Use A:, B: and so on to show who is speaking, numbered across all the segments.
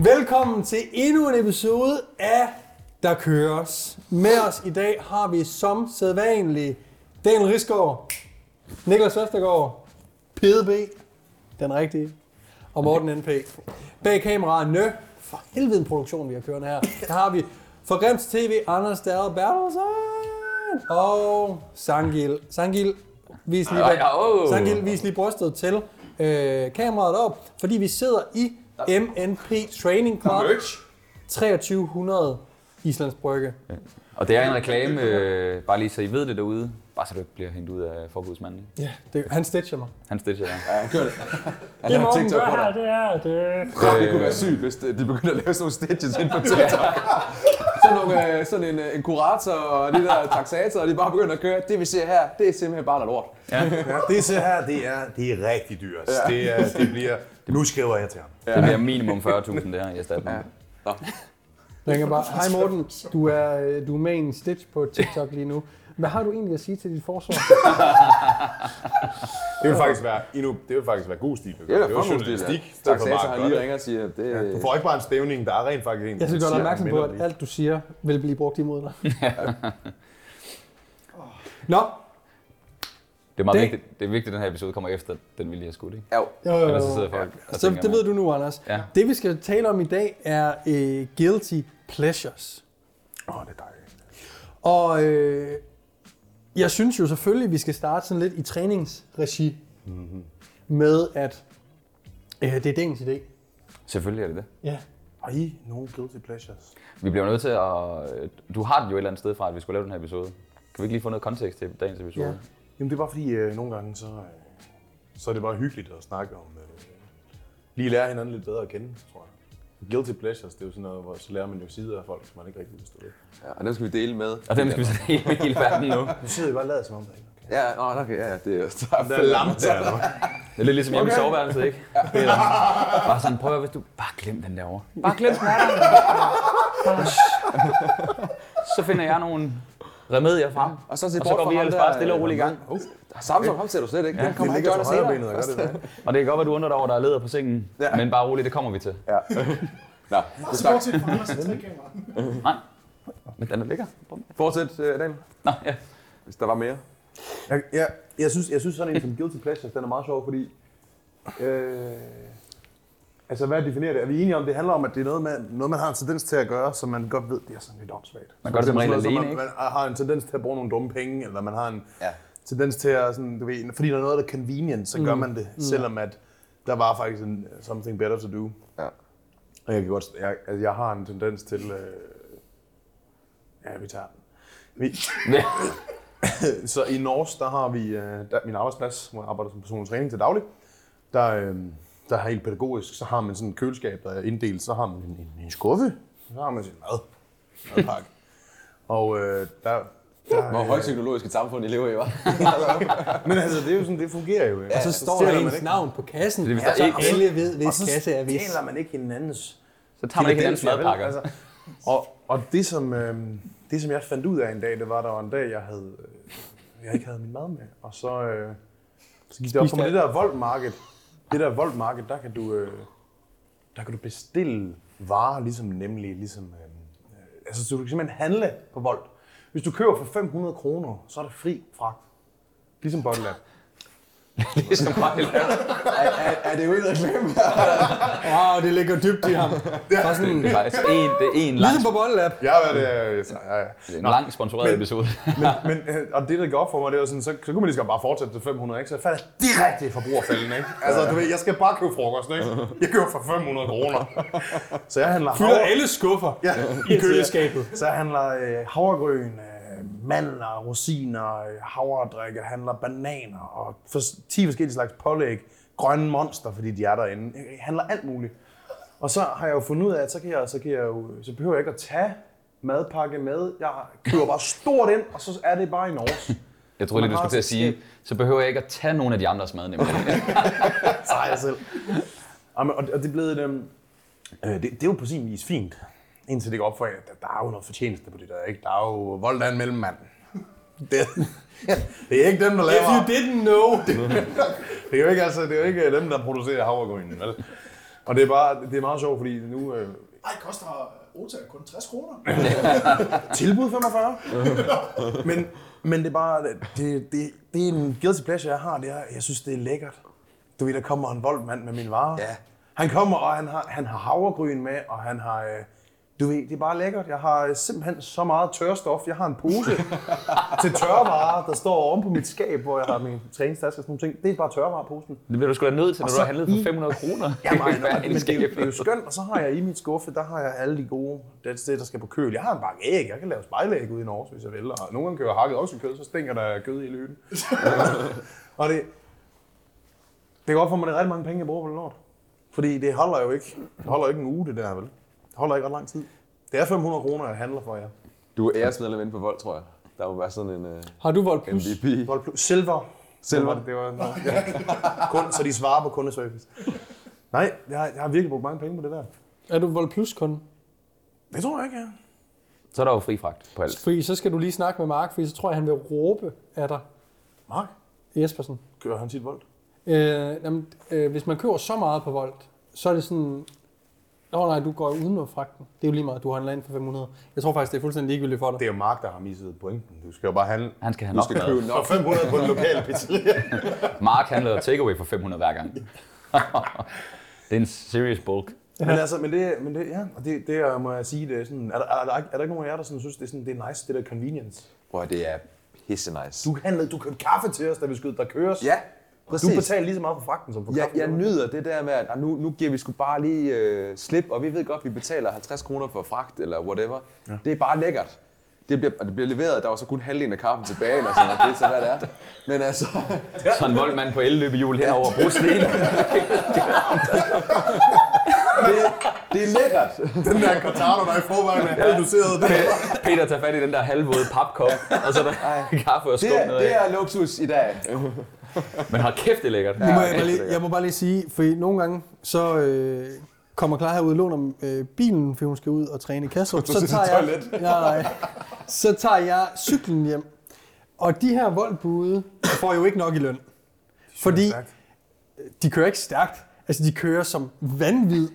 A: Velkommen til endnu en episode af Der Køres. Med os i dag har vi som sædvanlig Daniel Risgaard, Niklas Østergaard, PDB, den rigtige, og Morten NP. Bag kameraet Nø, for helvede en produktion, vi har kørende her. Der har vi for Grims TV, Anders Dade Bertelsen og Sangil. Sangil, vis lige,
B: Ej, ej, åh.
A: Sangil, vis lige brystet til øh, kameraet op, fordi vi sidder i MNP Training Club. 2300 Islands Brygge.
B: Og det er en reklame, øh, bare lige så I ved det derude. Bare så du ikke bliver hængt ud af forbudsmanden. ikke?
A: Ja, det, han stitcher mig.
B: Han stitcher der.
C: Han
D: Det
C: har
D: Morten
C: TikTok
D: gør
C: på
D: her,
C: dig.
D: det er, at øh,
C: Det kunne være sygt, hvis de begyndte at lave sådan nogle stitches ind på TikTok. sådan, nogle, øh, sådan en, øh, en kurator og de der taxatorer, de bare begynder at køre. Det vi ser her, det er simpelthen bare noget lort.
E: Det så her, det er, det er rigtig dyrt. Ja. Det, er, det bliver... Nu skriver jeg til ham.
B: Det bliver minimum 40.000 der i erstatning.
A: Ringer bare, hej Morten, du er, øh, du er med i en stitch på TikTok lige nu. Hvad har du egentlig at sige til dit forsvar?
E: Det vil faktisk være, endnu, det vil faktisk være god stil. Det,
C: er da
E: det er jo
C: fucking god stil, ja.
E: journalistik. Ja.
C: Taxatorer har lige ringer og siger, det er...
E: Du får ikke bare en stævning, der er rent faktisk en.
A: Jeg skal gøre dig
E: siger,
A: opmærksom på,
E: minder
A: at
E: dig.
A: alt du siger vil blive brugt imod dig. Nå,
B: Det er meget
A: Det-
B: vigtigt, det er vigtigt, at den her episode kommer efter den, vi lige har skudt, ikke?
C: Ja,
A: jo, jo,
B: Ellers altså, så
A: jo.
B: sidder
A: Så
B: folk og tænker,
A: Øh, Altså, det ved du nu, Anders.
B: Ja.
A: Det vi skal tale om i dag er øh, guilty pleasures.
E: Åh, det er dejligt.
A: Og øh, jeg synes jo selvfølgelig, at vi skal starte sådan lidt i træningsregi mm-hmm. med, at øh, det er Dings idé.
B: Selvfølgelig er det det.
A: Ja.
E: Har I nogen guilty pleasures?
B: Vi bliver jo nødt til at... øh, Du har den jo et eller andet sted fra, at vi skulle lave den her episode. Kan vi ikke lige få noget kontekst til dagens episode?
A: Ja.
E: Jamen, det er bare fordi, øh, nogle gange, så, øh, så er det bare hyggeligt at snakke om... Øh, lige lære hinanden lidt bedre at kende, tror jeg. Guilty pleasures, det er jo sådan noget, hvor så lærer man jo sider af folk, som man ikke rigtig vidste det.
C: ja, og dem skal vi dele med.
B: Og dem skal vi se hele, hele verden nu.
E: Nu sidder I bare og lader, som om der ikke er
C: Ja, nå, okay, ja, ja, det er
E: Der er lamt der.
B: Det er lidt ligesom hjemme i soveværelset, ikke? Det er Bare sådan, prøv at hvis du... Bare glem den derovre. Bare glem den her. Så finder jeg nogle remedier frem.
C: Og så se
B: Og så
C: bort
B: går
C: fra
B: vi
C: ham
B: ellers
C: der,
B: bare stille og
C: øh,
B: roligt i gang.
C: Samsung, ham ser du slet ikke. Den kommer
E: Det
C: han
E: ligger
C: gør
E: til
C: det
E: højre
C: senere.
E: benet og gør det der.
B: Og det kan godt være, du undrer dig over, at der er leder på sengen. Ja. Men bare roligt, det kommer vi til.
C: Ja. Nå, det snak.
B: Men den er lækker.
C: Fortsæt, øh, Daniel,
B: Nå, ja.
C: hvis der var mere.
E: Jeg, jeg, jeg, synes, jeg synes sådan en som Guilty Pleasures, den er meget sjov, fordi... Øh, altså, hvad definerer det? Er vi enige om, det handler om, at det er noget, man, noget, man har en tendens til at gøre, som man godt ved, det er sådan lidt åndssvagt.
B: Man gør det som
E: For eksempel
B: regel
E: sådan noget,
B: alene,
E: man, man har en tendens til at bruge nogle dumme penge, eller man har en
C: Ja.
E: ja. tendens til at, sådan, du ved, fordi der er noget, der er convenient, så gør man det, selvom at der var faktisk en, something better to do.
C: Ja.
E: Og jeg kan godt, jeg, altså, jeg har en tendens til, øh, ja, vi tager den. Vi, så i Norge, der har vi øh, der, min arbejdsplads, hvor jeg arbejder som personlig træning til daglig. Der, øh, der er helt pædagogisk, så har man sådan et køleskab, der er inddelt, så har man en, en, en skuffe, så har man sin mad, madpakke. Og øh, der,
C: Hvor højteknologisk et samfund I lever i, var.
E: men altså, det, er jo sådan, det fungerer jo. Ja.
A: Og så står
E: stjæler
A: der
E: man
A: ens
E: ikke.
A: navn på kassen,
B: Det er, hvis
A: så
B: der ikke-
A: alle ved, hvis kasse er hvis.
E: man ikke hinandens
B: Så tager man ikke hinandens madpakker.
E: vel? Altså, og, og det, som, øh, det, som jeg fandt ud af en dag, det var, der var en dag, jeg havde, øh, jeg ikke havde min mad med. Og så, øh, så gik det op for mig, det der voldmarked, det der voldmarked, der kan du, øh, der kan du bestille varer, ligesom nemlig, ligesom, øh, øh, altså så du kan simpelthen handle på vold. Hvis du køber for 500 kroner, så er det fri fragt. Ligesom Bottlab.
B: Ligesom bare
C: Er, er, er det jo en reklame?
A: Wow, det ligger dybt i ham. Bare sådan,
B: Det er faktisk en, det er en lang,
A: ligesom på Bottle
E: Ja, hvad det er. øh, Ja, ja.
B: en lang sponsoreret episode.
E: men, øh, og det, der går op for mig, det var sådan, så, så kunne man lige så godt bare fortsætte til 500, ikke? Så jeg faldt direkte i forbrugerfælden, ikke? Altså, du ved, jeg skal bare købe frokost, ikke? Jeg køber for 500 kroner. Så jeg handler
A: Fylder
E: havre,
A: alle skuffer
E: ja,
A: i køleskabet.
E: så jeg handler øh, havregryn, øh, mandler, rosiner, øh, havredrik, jeg handler bananer og for, 10 forskellige slags pålæg, grønne monster, fordi de er derinde. Jeg handler alt muligt. Og så har jeg jo fundet ud af, at så, kan jeg, så, kan jeg jo, så behøver jeg ikke at tage madpakke med. Jeg køber bare stort ind, og så er det bare i Norge.
B: Jeg troede lige, du skulle til at sige, så behøver jeg ikke at tage nogen af de andres mad, nemlig.
E: Så har jeg selv. Jamen, og, og det er blevet et, øhm, øh, det, det, er jo på sin vis fint, indtil det går op for en, at der, der er jo noget fortjeneste på det der, ikke? Der er jo vold af en mellemmand. Det, det er ikke dem, der
A: If you
E: laver...
A: didn't know.
E: Det er jo ikke, altså, det er jo ikke dem, der producerer havregryn, vel? Og det er bare, det er meget sjovt, fordi nu... Øh,
D: Ej, koster Ota kun 60 kroner.
E: tilbud 45. men, men det er bare, det, det, det er en guilty pleasure, jeg har. Det er, jeg synes, det er lækkert. Du ved, der kommer en voldmand med min varer.
C: Ja.
E: Han kommer, og han har, han har havregryn med, og han har... Øh, du ved, det er bare lækkert. Jeg har øh, simpelthen så meget tørstof. Jeg har en pose til tørvarer, der står oven på mit skab, hvor jeg har min træningstaske og sådan nogle ting. Det er bare tørvareposen.
B: Det bliver du sgu da nødt til, når
E: Og
B: du har
E: så
B: handlet
E: i-
B: for 500 kroner.
E: Jamen, ej, nej, men
B: det
E: det, er jo, det er jo skønt, og så har jeg i min skuffe, der har jeg alle de gode, det, er det der skal på køl. Jeg har en bakke æg, jeg kan lave spejlæg ude i Norge, hvis jeg vil. Og nogle gange kører jeg hakket oksekød, så stinker der af kød i hele hytten. og det, det går op for mig, det er ret mange penge, jeg bruger på det lort. Fordi det holder jo ikke, det holder ikke en uge, det der, vel? Det holder ikke ret lang tid. Det er 500 kroner, jeg handler for jer.
C: Du er æresmedlem inde på vold, tror jeg. Der må være sådan en uh,
A: Har du voldt plus?
C: MVP.
E: Vold plus- Silver.
C: Silver.
E: Det var, det var ja. Kun, så de svarer på kundeservice. Nej, jeg har, jeg har virkelig brugt mange penge på det der.
A: Er du voldt plus kun?
E: Det tror jeg ikke, jeg er.
B: Så er der jo fri fragt på alt.
A: Fordi så skal du lige snakke med Mark, fordi så tror jeg, han vil råbe af dig.
E: Mark,
A: Jespersen.
E: kører han sit vold?
A: Øh, jamen, øh, hvis man køber så meget på voldt, så er det sådan... Nå nej, du går udenom fragten. Det er jo lige meget, du handler ind for 500. Jeg tror faktisk, det er fuldstændig ligegyldigt for dig.
E: Det er jo Mark, der har misset pointen. Du skal jo bare handle
B: Han skal have nok
C: Du skal købe nok.
E: 500 på en lokal pizzeria.
B: Mark handlede takeaway for 500 hver gang. det er en serious bulk.
E: men altså, men det, men det, ja, og det, det er, må jeg sige, det er sådan, er der, er, der, ikke- er der ikke nogen af jer, der sådan, synes, det er, sådan, det er nice, det der convenience?
C: Prøv at, det er pisse nice.
E: Du handlede, du købte kaffe til os, da vi skød, der køres.
C: Ja,
E: Du
C: præcis.
E: betaler lige så meget for fragten som for
C: Jeg,
E: kaffen.
C: jeg nyder det der med, at ah, nu, nu giver vi sgu bare lige øh, slip, og vi ved godt, at vi betaler 50 kroner for fragt eller whatever. Ja. Det er bare lækkert. Det bliver, og det bliver leveret, der var så kun halvdelen af kaffen tilbage, eller sådan, og det er så, hvad det er. Men altså,
B: Så en voldmand på elløbehjul hen over brosten.
C: det, det er lækkert.
E: Den der Cortado, der er i forvejen er halvduceret.
B: Peter tager fat i den der halvvåde papkop, og så er der kaffe og skum
C: Det, er-
B: ned
C: det
B: af.
C: er luksus i dag.
B: Men hold kæft, det er lækkert.
A: Nu må jeg, bare lige, jeg må bare lige sige, for nogle gange, så øh, kommer Clara herud og låner øh, bilen, for hun skal ud og træne i Kastrup. Så tager jeg, nej, nej. så tager jeg cyklen hjem. Og de her voldbude får jo ikke nok i løn. Fordi de kører ikke stærkt. Altså, de kører som vanvid.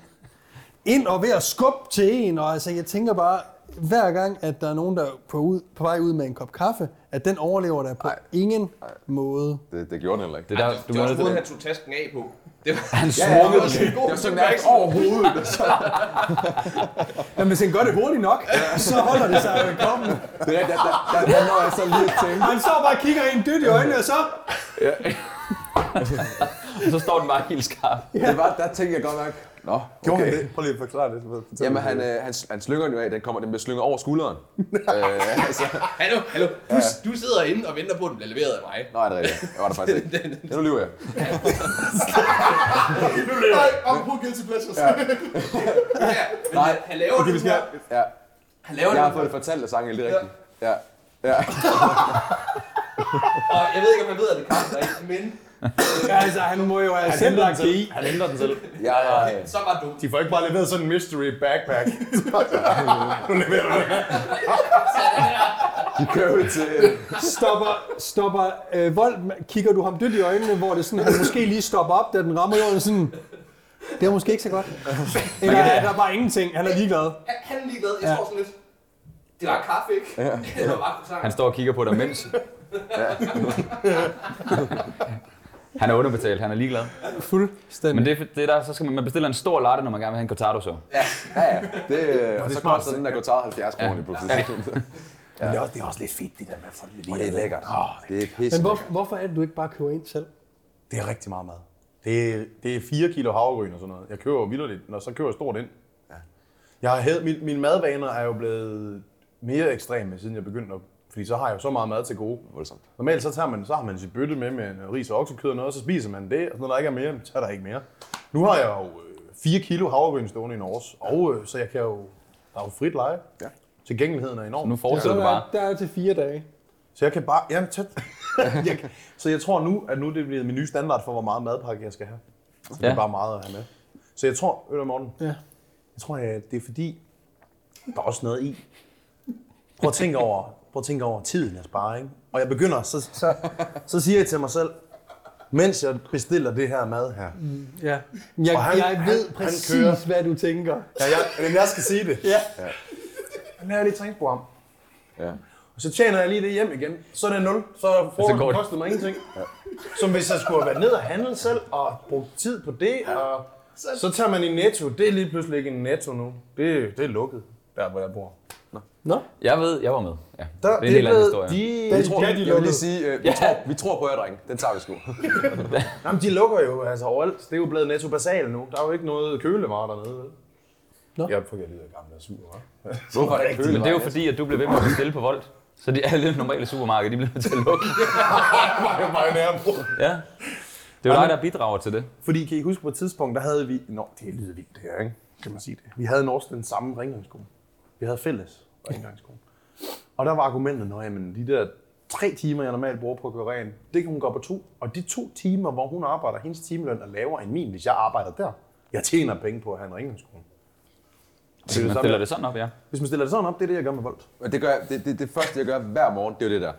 A: Ind og ved at skubbe til en. Og altså, jeg tænker bare, hver gang, at der er nogen, der er på, ud, på vej ud med en kop kaffe, at den overlever der på Ej. ingen måde.
C: Det, det gjorde den heller ikke.
B: Det er der, du
F: Det var også
B: måtte
F: måden, han
B: det.
F: tog tasken af på. Det var,
B: Han smukkede den.
C: Det var så mærke overhovedet.
A: Men hvis han gør det hurtigt nok, så holder det sig velkommen.
C: Det er der, der, der, der når jeg så lige at tænke.
A: Han står bare og kigger en dyt i øjnene, og så...
B: Så står den bare helt skarp.
C: Det var, der tænkte jeg godt nok. Nå,
E: Gjorde
C: okay.
E: han det? Prøv lige at forklare det. Fortæl
C: Jamen,
E: mig
C: han, øh,
E: det.
C: han, han slynger den jo af. Den, kommer, den bliver slynget over skulderen. øh, altså.
F: hallo, hallo, du, du sidder inde og venter på, at den bliver leveret af mig.
C: Nå, er det rigtigt? Det var det faktisk ikke. Ja, nu lyver jeg.
D: Nej, om på guilty pleasures. Ja.
F: Ja, men
C: Nej.
F: Nej. han laver okay, den her,
C: Ja.
F: han laver
C: Jeg
F: den
C: har fået det fortalt af sangen, det er rigtigt. Ja.
F: og jeg ved ikke, om han ved, at det kan der ikke, men
A: Altså, han må jo have selv lagt i.
B: Han ændrer den selv.
C: Jeg, jeg,
F: så var dumt.
E: De får ikke bare leveret sådan en mystery backpack.
C: de kører ud til...
A: Stopper, stopper øh, vold, kigger du ham dyt i øjnene, hvor det sådan, han måske lige stopper op, da den rammer jorden sådan... Det er måske ikke så godt. Eller er der bare ingenting, han er ligeglad.
F: Han- Han er ligeglad, jeg står sådan lidt, det var kaffe, ikke? Ja. Det var bare croissant.
B: Han står og kigger på dig mens. Han er underbetalt, han er ligeglad. Men
A: Fuldstændig.
B: det, er- det er der, så skal man, man bestiller en stor latte, når man gerne vil have en cortado så.
C: Ja, ja. Det, øh, og så kommer sådan, der går taget 70 kroner lige pludselig.
E: Men det er, også, det er også lidt fedt, det der med at få det
C: Og det er
E: lidt.
C: lækkert. Det er pisse.
A: Men hvor, hvorfor er det, du ikke bare køber ind selv?
E: Det er rigtig meget mad. Det er, det er 4 kilo havregryn og sådan noget. Jeg køber jo vildt, når så køber jeg stort ind. Jeg har hævet, min, mine madvaner er jo blevet mere ekstreme, siden jeg begyndte at... Fordi så har jeg jo så meget mad til gode.
C: Voldsomt.
E: Normalt så, tager man, så har man sit bøtte med med noget ris og oksekød og noget, og så spiser man det, og når der ikke er mere, jamen, så er der ikke mere. Nu har jeg jo øh, 4 kilo havregryn stående i Norge, og øh, så jeg kan jo... Der er jo frit leje.
C: Ja.
E: Tilgængeligheden er enorm.
B: Nu
A: Så
B: forestiller du bare.
A: er, der er til fire dage.
E: Så jeg kan bare... Jamen, tæt. jeg, kan- så jeg tror nu, at nu er det bliver min nye standard for, hvor meget madpakke jeg skal have. Så det
B: Ja.
E: er bare meget at have med. Så jeg tror, Øl og Morten,
A: Ja.
E: jeg tror, at det er fordi, der er også noget i. Prøv at tænke over, prøv at tænke over tiden, jeg sparer, ikke? Og jeg begynder, så, så, så siger jeg til mig selv, mens jeg bestiller det her mad her.
A: Ja. Jeg,
E: Og han-
A: jeg ved
E: han- han
A: præcis,
E: kører.
A: hvad du tænker.
E: Ja, jeg, men jeg skal sige det.
A: Ja.
E: Han laver lige et træningsprogram.
C: Ja.
E: Og så tjener jeg lige det hjem igen. Så er det nul. Så har
B: går
E: frokosten
B: det.
E: kostet mig ingenting. Ja. Som hvis jeg skulle have været ned og handle selv og brugt tid på det. Og så tager man i Netto. Det er lige pludselig ikke en Netto nu. Det, det er lukket, der hvor jeg bor.
B: Jeg ved, jeg var med. Ja. det
E: Der,
B: er en helt anden historie. De...
E: De,
A: Den
E: de,
C: Jeg, tror,
A: kan
C: jeg
A: de
C: vil
A: lukke.
C: lige sige, øh, vi, tror, vi tror på jer, drenge. Den tager vi sgu.
E: jamen, de lukker jo altså overalt. Det er jo blevet Netto Basal nu. Der er jo ikke noget kølevarer dernede, vel?
A: Nå.
E: Jeg prøver lige at gammel og sur, hva'?
C: Hvorfor er det ikke
B: Men det er jo
C: kølet?
B: fordi, at du blev ved med at bestille på Volt. Så de alle normale supermarkeder, de blev nødt til at lukke.
E: Jeg er bare nærmere.
B: Ja. Det er jo dig, der bidrager til det.
E: Fordi kan I huske på et tidspunkt, der havde vi... Nå, det lyder vildt det her, ikke? Kan man sige det. Vi havde også den samme rengøringskone. Vi havde fælles rengøringskone. Og der var argumentet, nå jamen, de der tre timer, jeg normalt bruger på at gøre rent, det kan hun gå på to. Og de to timer, hvor hun arbejder, hendes timeløn er lavere end min, hvis jeg arbejder der. Jeg tjener penge på at have en rengøringskone. Og Det er
B: Man
E: det
B: stiller
E: samme.
B: det sådan op, ja.
E: Hvis man stiller det sådan op, det er det, jeg gør med vold.
C: Og det, gør jeg, det, det, det første, jeg gør hver morgen, det er jo det der.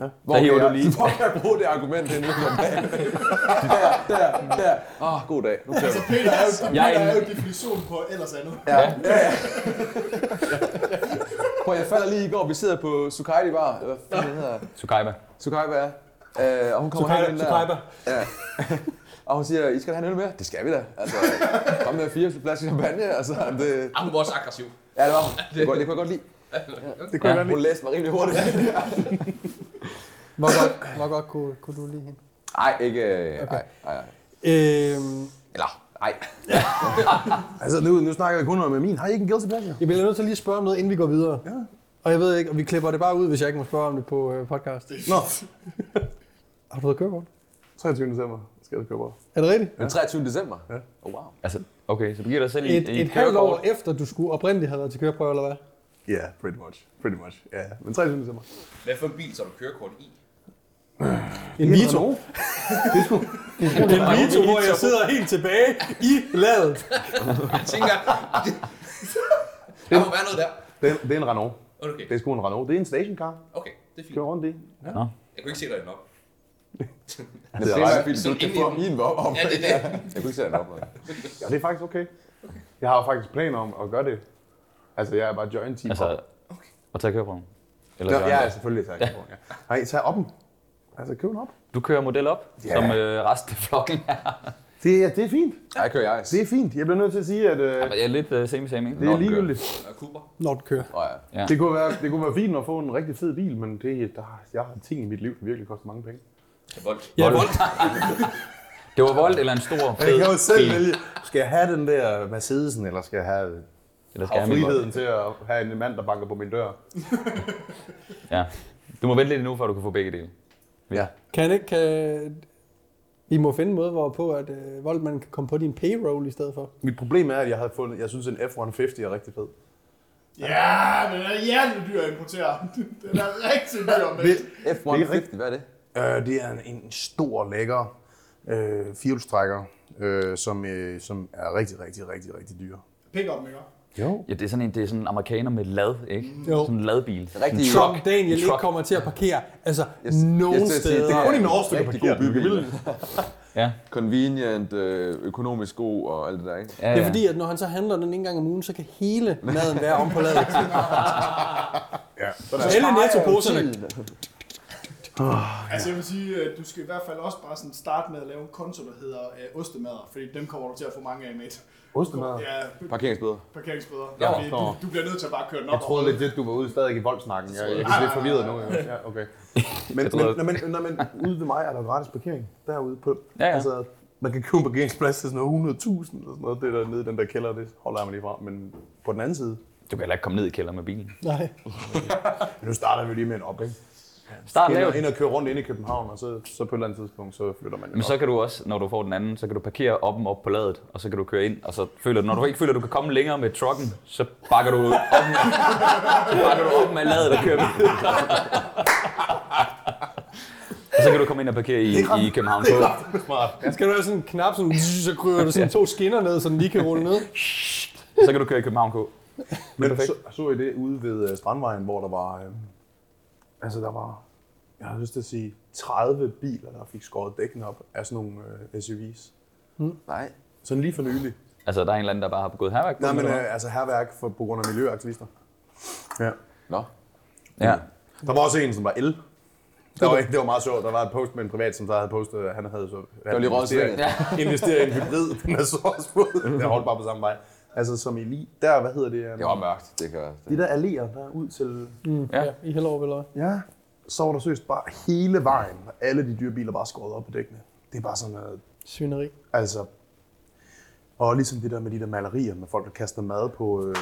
E: Ja.
C: Hvor
B: Der hiver
C: kan
B: du
C: jeg-
B: lige.
C: Hvor kan jeg bruge det argument henne? der, der, der. Åh, oh, god dag. Nu kører vi.
D: Peter er jo,
B: Jeg er
D: Peter er
B: en-
D: jo definition på ellers andet.
C: Prøv, jeg falder lige i går. Vi sidder på Sukaiba Bar. Hvad fanden hedder
B: Sukaiba.
C: Sukaiba er. Øh, og hun kommer
A: Sukaiba,
C: hen der,
A: Sukaiba.
C: og hun siger, I skal have en øl mere? Det skal vi da. Altså, kom med fire flasker champagne. Altså, det,
F: Ah, hun var også aggressiv.
C: ja, det var hun. det, kunne- det kunne jeg godt lide.
E: Det kunne
B: Ja.
E: ja. jeg godt
C: Hun
E: lide.
C: læste mig rimelig hurtigt.
A: Hvor godt, hvor godt kunne, kunne du lide hende?
C: Nej, ikke... øh, Ej, ej, ej.
A: Øhm,
C: Eller, ej.
E: Altså, nu, nu snakker jeg kun om min. Har I ikke en guilty pleasure?
A: jeg bliver nødt til lige at spørge om noget, inden vi går videre. Ja. Og jeg ved ikke, og vi klipper det bare ud, hvis jeg ikke må spørge om det på øh, podcast.
E: Nå,
A: Har du fået kørekort?
E: 23. december skal jeg købe op.
A: Er det rigtigt?
C: Den 23. december?
E: Ja.
C: Oh, wow.
B: Altså, okay, så du giver dig selv i
A: Et, et,
B: i
A: et halvt år
B: kørekort.
A: efter, du skulle oprindeligt have været til køreprøve, eller hvad?
E: Ja, yeah, pretty much. Pretty much, ja. Yeah. Men 23. december.
F: Hvad for en bil, så du kørekort i?
A: En Vito. En Vito, hvor jeg
B: Vito.
A: sidder helt tilbage i ladet.
F: Jeg tænker, det, der må være noget der.
E: Det er, det er en Renault.
F: Okay,
E: Det er sgu en Renault. Det er en stationcar.
F: okay, det er fint.
E: Kører rundt i.
F: Jeg kunne ikke se dig nok.
C: Det er
E: rigtigt.
C: ret fint. Du
F: Sådan
C: kan
F: ind i
C: få
F: den.
C: min op.
F: Ja, det er det.
C: Jeg kunne ikke se den op.
E: Ja, det er faktisk okay. Jeg har jo faktisk planer om at gøre det. Altså, jeg er bare joint team.
B: Altså,
E: Altså,
B: og tage køreprøven. Eller
E: Nå,
B: gøre
E: ja,
B: andet.
E: ja,
C: altså-
E: selvfølgelig. Tak. Ja. Nej, tag op dem. Altså, køb den op.
B: Du kører model op, som øh, resten af flokken er.
E: Det, ja, det er fint.
C: Jeg kører jeg.
E: Det er fint. Jeg bliver nødt til at sige, at øh,
B: Jeg er lidt uh, semi-same, ikke?
E: det er
C: den kører.
E: ligegyldigt.
F: Og Cooper.
A: Når du kører.
C: Åh, ja.
B: Ja.
E: Det kunne, være, det kunne være fint at få en rigtig fed bil, men det, der, har- jeg har ting i mit liv, der virkelig koster mange penge.
F: Vold.
A: Ja,
B: Volt. Det var Volt eller en stor fed bil.
E: vælge, skal jeg have den der Mercedesen, eller skal jeg have,
B: Eller skal
E: have
B: jeg have min Volt?
E: friheden til at have en mand, der banker på min dør?
B: Ja. Du må vente lidt nu, før du kan få begge dele.
A: Kan ikke... Kan... I må finde en måde, hvorpå at øh, Voltmann kan komme på din payroll i stedet for.
E: Mit problem er, at jeg havde fundet, jeg synes, en F-150 er rigtig fed.
D: Ja, den er hjertedyr at importere. Den er rigtig dyr, men...
C: F-150, hvad er det?
E: Øh, det er en, en stor, lækker øh, firehjulstrækker, øh, som, øh, som er rigtig, rigtig, rigtig, rigtig dyr.
D: Pick up, ikke?
E: Jo.
B: Ja, det er sådan en, det er sådan en amerikaner med lad, ikke?
A: Jo.
B: Sådan en ladbil.
C: Rigtig
B: En
A: Som Daniel
B: En
A: ikke
B: truck.
A: kommer til at parkere. Altså,
C: Jeg s- jeg
A: nogen
C: skulle til at sige,
A: steder.
C: det er kun i Norge,
E: du kan
C: Rigtig
E: parkere
C: god
E: den.
C: bybil.
B: Ja.
C: Convenient, øh, økonomisk god og alt det der, ikke?
B: Ja,
A: Det er
B: ja.
A: fordi, at når han så handler den en gang om ugen, så kan hele maden være om på ladet.
E: Ja.
A: Så alle nettoposerne.
D: Altså, jeg vil sige, at du skal i hvert fald også bare sådan starte med at lave en konto, der hedder øh, ostemader, fordi dem kommer du til at få mange af, mate.
E: Ostemader?
D: Ja,
C: Parkeringsbøder.
D: parkeringsbøder.
E: Ja,
D: Fordi
E: nå.
D: du, du, bliver nødt til at bare køre den op.
E: Jeg troede lidt, at du var ude stadig i voldsnakken. Jeg, jeg er lidt forvirret nu. Ja, Ja, okay. Men,
B: troede-
E: men, når, man, når man ude ved mig, er der gratis parkering derude på.
B: Ja, ja.
E: Altså, man kan købe en parkeringsplads til sådan noget 100.000 eller sådan noget. Det der nede i den der kælder, det holder jeg mig lige fra. Men på den anden side,
B: Du kan heller ikke komme ned i kælderen med bilen.
A: Nej.
E: nu starter vi lige med en op, ikke?
B: Start
E: Ind
B: lavt.
E: og, ind og køre rundt ind i København, og så, så på et eller andet tidspunkt, så flytter man jo
B: Men
E: op.
B: så kan du også, når du får den anden, så kan du parkere oppen op på ladet, og så kan du køre ind, og så føler du, når du ikke føler, at du kan komme længere med trucken, så bakker du op med, så bakker du op med ladet og kører med. Og så kan du komme ind og parkere i, i København K.
A: Skal du have sådan en knap, sådan, så kryger du sådan to skinner ned, så den lige kan rulle ned.
B: Så kan du køre i København K.
E: Men så, så I det ude ved øh, Strandvejen, hvor der var... Øh, altså, der var jeg har lyst til at sige, 30 biler, der fik skåret dækkene op af sådan nogle øh, SUV's.
C: Nej.
E: Sådan lige for nylig.
B: Altså, der er en eller anden, der bare har begået herværk. på
E: Nej,
B: den,
E: men
B: eller hvad?
E: øh, altså herværk for, på grund af miljøaktivister. Ja.
C: Nå.
B: ja.
E: Der var også en, som var el. Der var, det var meget sjovt. Der var et post med en privat, som der havde postet, at han havde så... Det
C: var lige røget svinget.
E: Investeret i en hybrid, den er så også fået. Der holdt bare på samme vej. Altså som i lige... Der, hvad hedder det? øhm,
C: Det var mørkt. Det kan det.
E: De der alléer, der er ud til...
A: Ja. ja. I Hellerup eller hvad?
E: Ja. Så var der søst bare hele vejen. Alle de dyre biler bare skåret op på dækkene. Det er bare sådan noget...
A: Svineri.
E: Altså... Og ligesom det der med de der malerier med folk, der kaster mad på øh,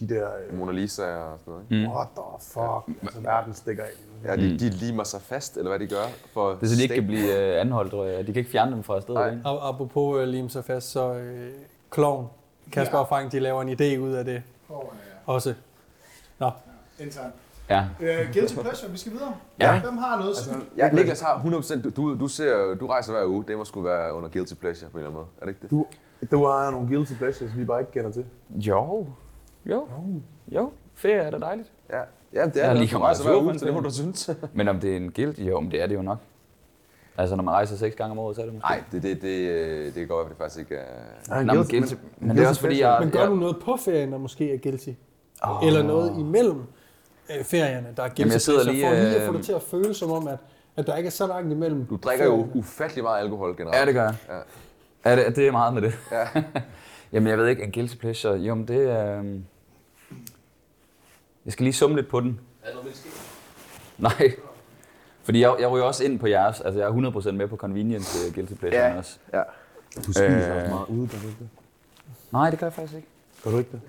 E: de der... Øh,
C: Mona Lisa og sådan noget. Ikke?
E: what the fuck? Altså, verden stikker af.
C: Ja, de, de limer sig fast, eller hvad de gør. For
B: Det er så, de ikke kan blive øh, anholdt, tror jeg. De kan ikke fjerne dem fra stedet.
C: Nej.
B: ikke?
A: Og apropos øh, lim så fast, så øh, Klovn, Kasper ja. og Frank, de laver en idé ud af det
D: Åh, ja, ja.
A: også.
D: Internt.
B: Ja.
D: Øh, guilty pleasure, vi skal videre.
B: Ja.
D: Hvem har noget? Altså,
C: Ja, Niklas har 100%. Du, du, du, ser, du rejser hver uge. Det må skulle være under guilty pleasure på en eller anden måde. Er det ikke det?
E: Du, du har nogle guilty pleasures, vi bare ikke kender til.
B: Jo. Oh. Jo. Jo. Ferie er da dejligt.
C: Ja, ja det
B: Jeg
C: er
B: har
C: det.
B: lige
C: Du
B: kommet
C: rejser
B: til
C: hver uge,
B: Storbritannien.
C: så det må du synes.
B: Men om det er en gild, jo, men det er det jo nok. Altså, når man rejser seks gange om året, så er det måske.
C: Nej, det, det, det, øh, det kan godt være, at det faktisk ikke er...
E: Nej,
B: Nå, men, guilty, men, men det er også fordi,
E: pleasure.
B: jeg...
A: Men gør
B: jeg,
A: du noget på ferien, der måske er guilty? Oh. Eller noget imellem øh, ferierne, der er guilty
B: Jamen, jeg sidder
A: pleasure, for
B: lige,
A: lige at få
B: øh,
A: det til at føle som om, at, at der ikke er så langt imellem.
C: Du drikker jo ufattelig meget alkohol generelt.
B: Ja, det gør jeg.
C: Ja.
B: Ja, det, det er meget med det. Ja. Jamen, jeg ved ikke, en guilty pleasure. Jo, men det er... øhm, Jeg skal lige summe lidt på den.
F: Er der noget menneske?
B: Nej. Fordi jeg, jeg ryger også ind på jeres. Altså, jeg er 100% med på convenience øh, guilty pleasure ja. også.
C: ja.
E: Du spiser
B: Øh.
E: også meget ude, gør du ikke det?
B: Nej, det gør jeg faktisk ikke.
E: Gør du ikke det?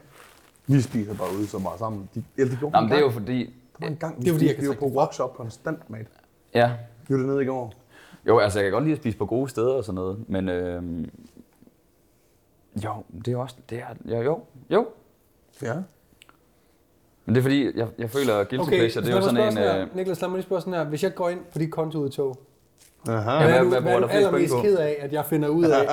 E: Vi spiser bare ude så meget sammen. De, eller det gjorde
B: Nå,
E: vi
B: men det er jo fordi...
E: engang. en gang,
A: Det er fordi, jeg kan
E: vi var på workshop konstant, mate.
B: Ja.
E: Vi var dernede i går.
B: Jo, altså, jeg kan godt lide at spise på gode steder og sådan noget, men... øhm, jo, det er også... Det er, jo, jo, jo.
E: Ja.
B: Men det er fordi, jeg, jeg føler, at guilty okay, pleasure, det er jo sådan en... Øh,
A: Her, Niklas, lad mig lige spørge sådan her. Hvis jeg går ind på dit konto ud i tog,
E: Aha.
B: Ja,
A: hvad,
B: hvad-
A: er du, hvad,
B: hvad bruger
A: er du
B: der flest point
A: allermest
B: på?
A: ked af, at jeg finder ud af?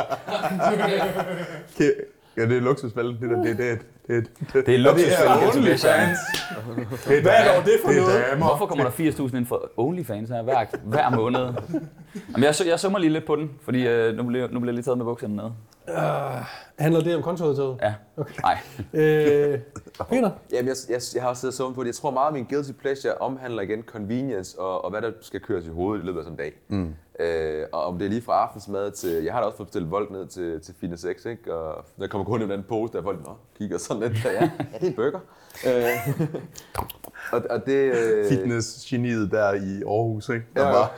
E: Okay. Ja, det er luksusfælden. Det, der, det, det, det, det,
B: det er luksusfælden guilty
E: only
B: pleasure.
E: det, Hvad er det for noget?
B: Hvorfor kommer der 80.000 ind for OnlyFans her hver, hver måned? Jamen, jeg, jeg summer lige lidt på den, fordi øh, nu, bliver, nu bliver jeg lige taget med bukserne ned.
A: Øh, Handler det om kontoudtoget?
B: Ja. Nej.
A: Øh, Peter?
C: Jamen, jeg, jeg, jeg har også siddet og summet på det. Jeg tror meget, at min guilty pleasure omhandler igen convenience og, og hvad der skal køres i hovedet i løbet af sådan en dag. Mm. Øh, og om det er lige fra aftensmad til... Jeg har da også fået bestilt vold ned til, til Fitness X, ikke? Og når jeg kommer kun i den anden pose, der er folk, nå, kigger sådan lidt. Der, ja. ja, det er en burger. Øh, og, og det... Øh,
E: Fitnessgeniet der i Aarhus, ikke? Der
C: Ja, ja.
E: bare,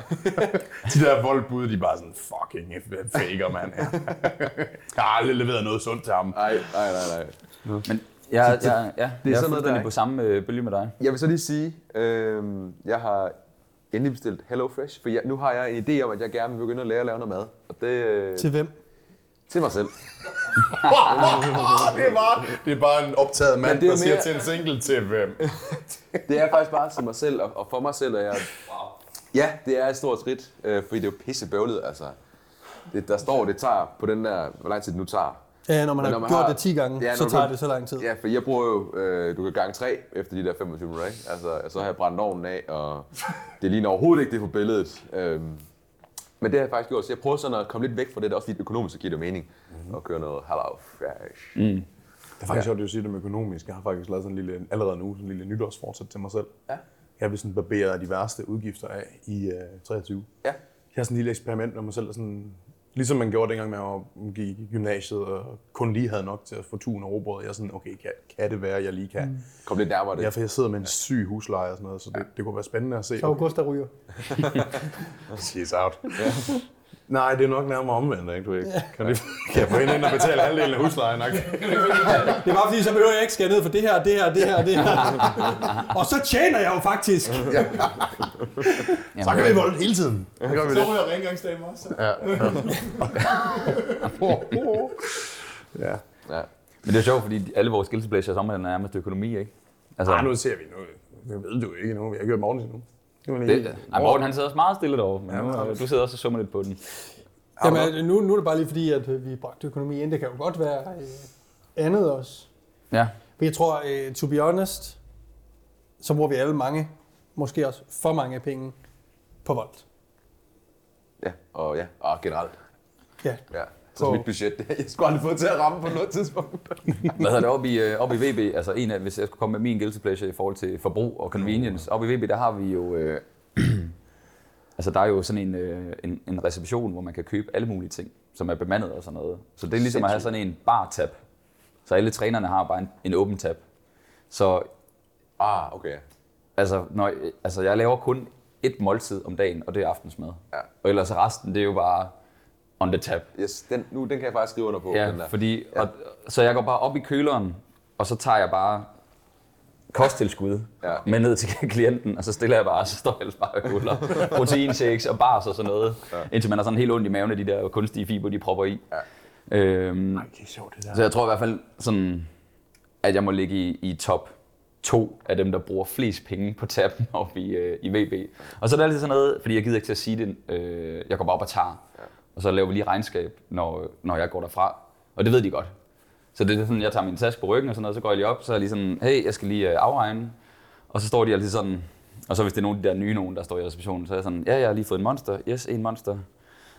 E: de der voldbud, de er bare sådan, fucking faker, mand. Jeg har aldrig leveret noget sundt til ham.
C: Nej, nej, nej, nej.
B: Jeg, jeg, ja, det er jeg
C: sådan
B: er
C: noget, der er,
B: fuldstændig
C: ikke?
B: på samme øh, bølge med dig.
C: Jeg vil så lige sige, øh, jeg har endelig bestilt HelloFresh, for jeg, nu har jeg en idé om, at jeg gerne vil begynde at lære at lave noget mad. Og det, øh,
A: Til hvem?
C: til mig selv.
E: det, er bare, det er bare en optaget mand,
C: Men det er
E: der siger
C: mere-
E: til en single til øh, hvem.
C: Det er faktisk bare til mig selv og, og for mig selv. Og jeg, ja, det er et stort skridt, øh, fordi det er jo pissebøvlet, altså. Det, der står, det tager på den der, hvor lang tid det nu tager.
A: Ja, når man
C: Men
A: har
C: når man
A: gjort
C: har-
A: det 10 gange,
C: Ja, når
A: så
C: du-
A: tager det så lang tid.
C: Ja, for jeg bruger jo, øh, du kan gange tre efter de der 25 minutter, ikke? Altså, så har jeg brændt ovnen af, og det ligner overhovedet ikke det på billedet. Øhm, men det har jeg faktisk gjort, så jeg prøver sådan at komme lidt væk fra det, der også lidt økonomisk så giver det mening. Mm-hmm. Og køre noget halal fresh. Mm.
E: Det er faktisk sjovt, at du siger det med økonomisk. Jeg har faktisk lavet sådan en lille, allerede nu, sådan en lille nytårsfortsæt til mig selv. Ja. Jeg vil sådan barbere de værste udgifter af i øh, 23.
C: Ja.
E: Jeg har sådan et lille eksperiment med mig selv, der sådan, ligesom man gjorde dengang, man var- man gik i gymnasiet og kun lige havde nok til at få turen og robrød. Jeg er sådan, okay, kan, kan det være, jeg lige kan? Mm.
C: Kom lidt nærmere det.
E: Ja, for jeg sidder med en syg husleje og sådan noget, så det, det kunne være spændende at se.
A: Så August, der ryger.
E: She's out. Nej, det er nok nærmere omvendt, ikke? Du ikke? Kan, det, kan jeg få hende ind og betale halvdelen af huslejen? Ikke?
A: Det er bare fordi, så behøver jeg ikke skære ned for det her, det her, det her, det her. og så tjener jeg jo faktisk.
B: Jamen,
E: Så kan vi volde hele tiden. Så gør vi
D: så
E: det.
D: ryger rengøringsdamer også.
E: Ja. ja.
C: Ja.
B: Men det er sjovt, fordi alle vores guilty pleasures omhandler nærmest økonomi, ikke? Altså,
E: Ej, Ah, nu ser vi nu. Det ved du ikke nu. Jeg har ikke hørt Morten endnu. Det var lige...
B: det, nej, Morten han sidder også meget stille derovre, men nu, øh, du sidder også og summer lidt på den.
A: Jamen, nu, nu er det bare lige fordi, at øh, vi bragte økonomi ind. Det kan jo godt være øh, andet også.
B: Ja.
A: Men jeg tror, øh, to be honest, så bruger vi alle mange, måske også for mange penge, på voldt.
C: Ja, og ja, og generelt.
A: Ja.
C: Ja. Så
A: På-
C: Altså, mit budget, det, jeg skulle aldrig få til at ramme på noget tidspunkt.
B: Hvad hedder det op i, øh, op i VB? Altså en af, hvis jeg skulle komme med min guilty pleasure i forhold til forbrug og convenience. Op i VB, der har vi jo... Øh, altså der er jo sådan en, øh, en, en reception, hvor man kan købe alle mulige ting, som er bemandet og sådan noget. Så det er ligesom at have sådan en bar-tab. Så alle trænerne har bare en, en åben tab. Så
C: Ah, okay.
B: altså, når, altså jeg laver kun et måltid om dagen, og det er aftensmad.
C: Ja.
B: Og ellers resten, det er jo bare on the tab.
C: Yes, den, nu, den kan jeg faktisk skrive under på. den
B: Ja,
C: der.
B: fordi, og, så jeg går bare op i køleren, og så tager jeg bare kosttilskud
C: Ja.
B: ja. med ned til klienten, og så stiller jeg bare, så står jeg ellers bare og ruller proteinshakes og bars og sådan noget, ja. indtil man har sådan helt ondt i maven af de der kunstige fiber, de propper i. Ja. Øhm,
E: Det er sjovt, det der.
B: så jeg tror i hvert fald sådan, at jeg må ligge i, i top to af dem, der bruger flest penge på tappen op i, øh, i VB. Og så er der altid sådan noget, fordi jeg gider ikke til at sige det, øh, jeg går bare op og tager. Og så laver vi lige regnskab, når, når jeg går derfra. Og det ved de godt. Så det er sådan, jeg tager min taske på ryggen og sådan noget, så går jeg lige op, så er jeg lige sådan, hey, jeg skal lige øh, afregne. Og så står de altid sådan, og så hvis det er nogle af de der nye nogen, der står i receptionen, så er jeg sådan, ja, jeg har lige fået en monster, yes, en monster,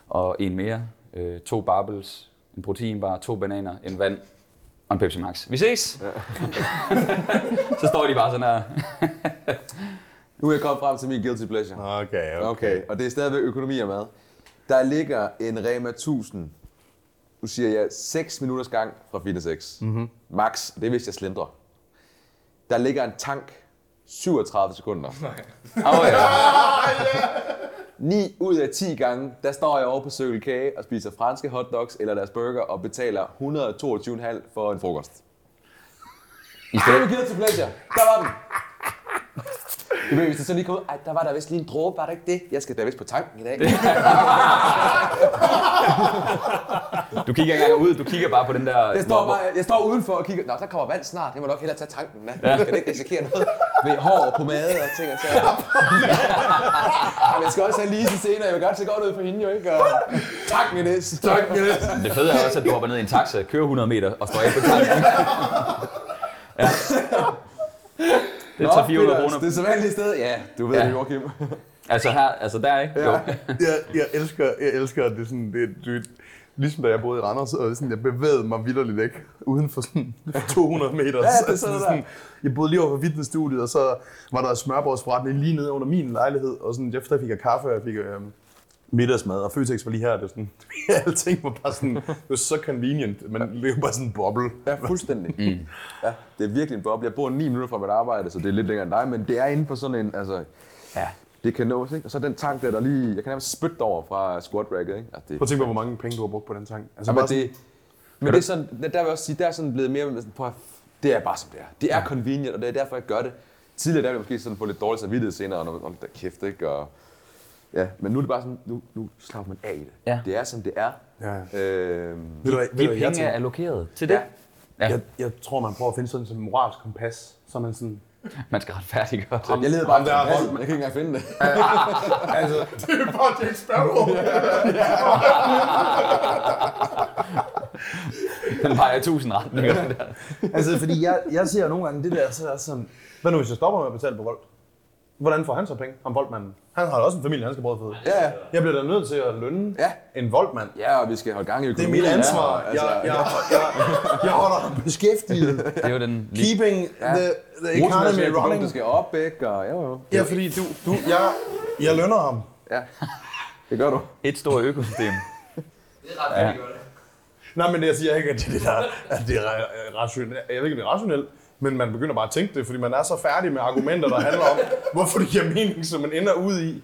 B: og en mere, øh, to barbels, en proteinbar, to bananer, en vand og en Pepsi Max. Vi ses! Ja. så står de bare sådan her.
C: Nu er jeg kommet frem til min guilty pleasure.
G: Okay,
C: Okay, og det er stadigvæk økonomi og mad. Der ligger en Rema 1000, nu siger jeg 6 minutters gang fra Fitness X. Mm-hmm. Max, det er hvis jeg slendrer. Der ligger en tank 37 sekunder.
B: Oh, ja.
C: 9 ud af 10 gange, der står jeg over på Circle K og spiser franske hotdogs eller deres burger og betaler 122,5 for en frokost. I stedet med guilty pleasure. Der var den. Du ved, hvis det så lige kom ud, Ej, der var der vist lige en dråbe, var der ikke det? Jeg skal da vist på tanken i dag.
B: Du kigger ikke engang ud, du kigger bare på den der...
C: Jeg står, bare, jeg står udenfor og kigger. Nå, der kommer vand snart. Jeg må nok hellere tage tanken med. Jeg skal da ikke risikere noget med hår og pomade og ting og sager. Men jeg skal også have Lise senere. Jeg vil godt se godt ud for hende jo, ikke? Og tanken i det. Tanken i det.
B: Det fede er også, at du hopper ned i en taxa, kører 100 meter og står af på tanken. ja. Det er 300 kroner.
C: Det er så vanligt sted. Ja, du ved
B: Ja.
C: det, Joachim.
B: Altså her, altså der, ikke? Jo.
E: jeg, jeg, elsker, jeg elsker, at det er sådan, det, er- det, er- ligesom da jeg boede i Randers, og sådan, jeg bevægede mig vidderligt væk, uden for sådan 200 meter. ja,
C: det er sådan der.
E: jeg boede lige over for fitnessstudiet, og så var der smørbrødsforretning lige nede under min lejlighed, og sådan, efter fik jeg kaffe, og jeg fik øh, middagsmad, og Føtex var lige her, det var sådan, alting var bare sådan, det var så convenient, men det var bare sådan en boble.
C: Ja, fuldstændig. Mm. Ja, det er virkelig en boble. Jeg bor 9 minutter fra mit arbejde, så det er lidt længere end dig, men det er inden for sådan en, altså...
B: Ja.
C: Det kan nås, ikke? Og så den tank der, der lige... Jeg kan nærmest spytte over fra squat racket, ikke? Altså, det,
E: Prøv at tænke på, hvor mange penge du har brugt på den tank. Altså,
C: Ja, men
E: bare
C: det, men det er sådan, der, der vil jeg også sige, der er sådan blevet mere sådan, på, det er bare som det er. Det er convenient, og det er derfor, jeg gør det. Tidligere der ville jeg måske sådan få lidt dårlig samvittighed senere, når man der kæft, ikke? Og, ja, men nu er det bare sådan, nu, nu slapper man af i det.
B: Ja.
C: Det er, som det er.
E: Ja.
C: Øhm,
E: Ved du, hvad- ved
B: De
E: du, hvad jeg
B: penge
E: tænker?
B: er allokeret til det.
C: Ja.
B: Ja.
E: Jeg, jeg tror, man prøver at finde sådan et moralsk kompas, så man sådan...
B: Man skal retfærdiggøre det.
C: jeg leder bare efter passet, men jeg kan ikke engang finde det.
D: Det er bare Jack Sparrow.
B: Den peger i tusind retninger. det der.
E: Altså, fordi jeg, jeg ser nogle gange det der, så er sådan... Hvad nu, hvis jeg stopper med at betale på vold? Hvordan får han så penge? Ham voldmanden. Han har da også en familie, han skal brødføde.
C: Ja, ja.
E: Jeg bliver da nødt til at lønne
C: Ja.
E: en voldmand.
C: Ja, og vi skal holde gang i
E: Det er
C: økonomien.
E: mit ansvar.
C: Ja, altså,
E: jeg, jeg, jeg, jeg holder ham beskæftiget.
B: Det er jo den lige...
E: Keeping the, the economy running.
C: Running. skal op, ikke? Og, jo, jo.
E: Ja, fordi du, du, jeg, jeg lønner ham.
C: Ja. Det gør du.
B: et stort økosystem.
F: Det er ret færdigt, ja. det.
E: Nej, men jeg siger ikke, at det, er det, der, at det er ra- rationelt. Jeg ved ikke, om det er rationelt, men man begynder bare at tænke det, fordi man er så færdig med argumenter, der handler om, hvorfor det giver mening, som man ender ud i.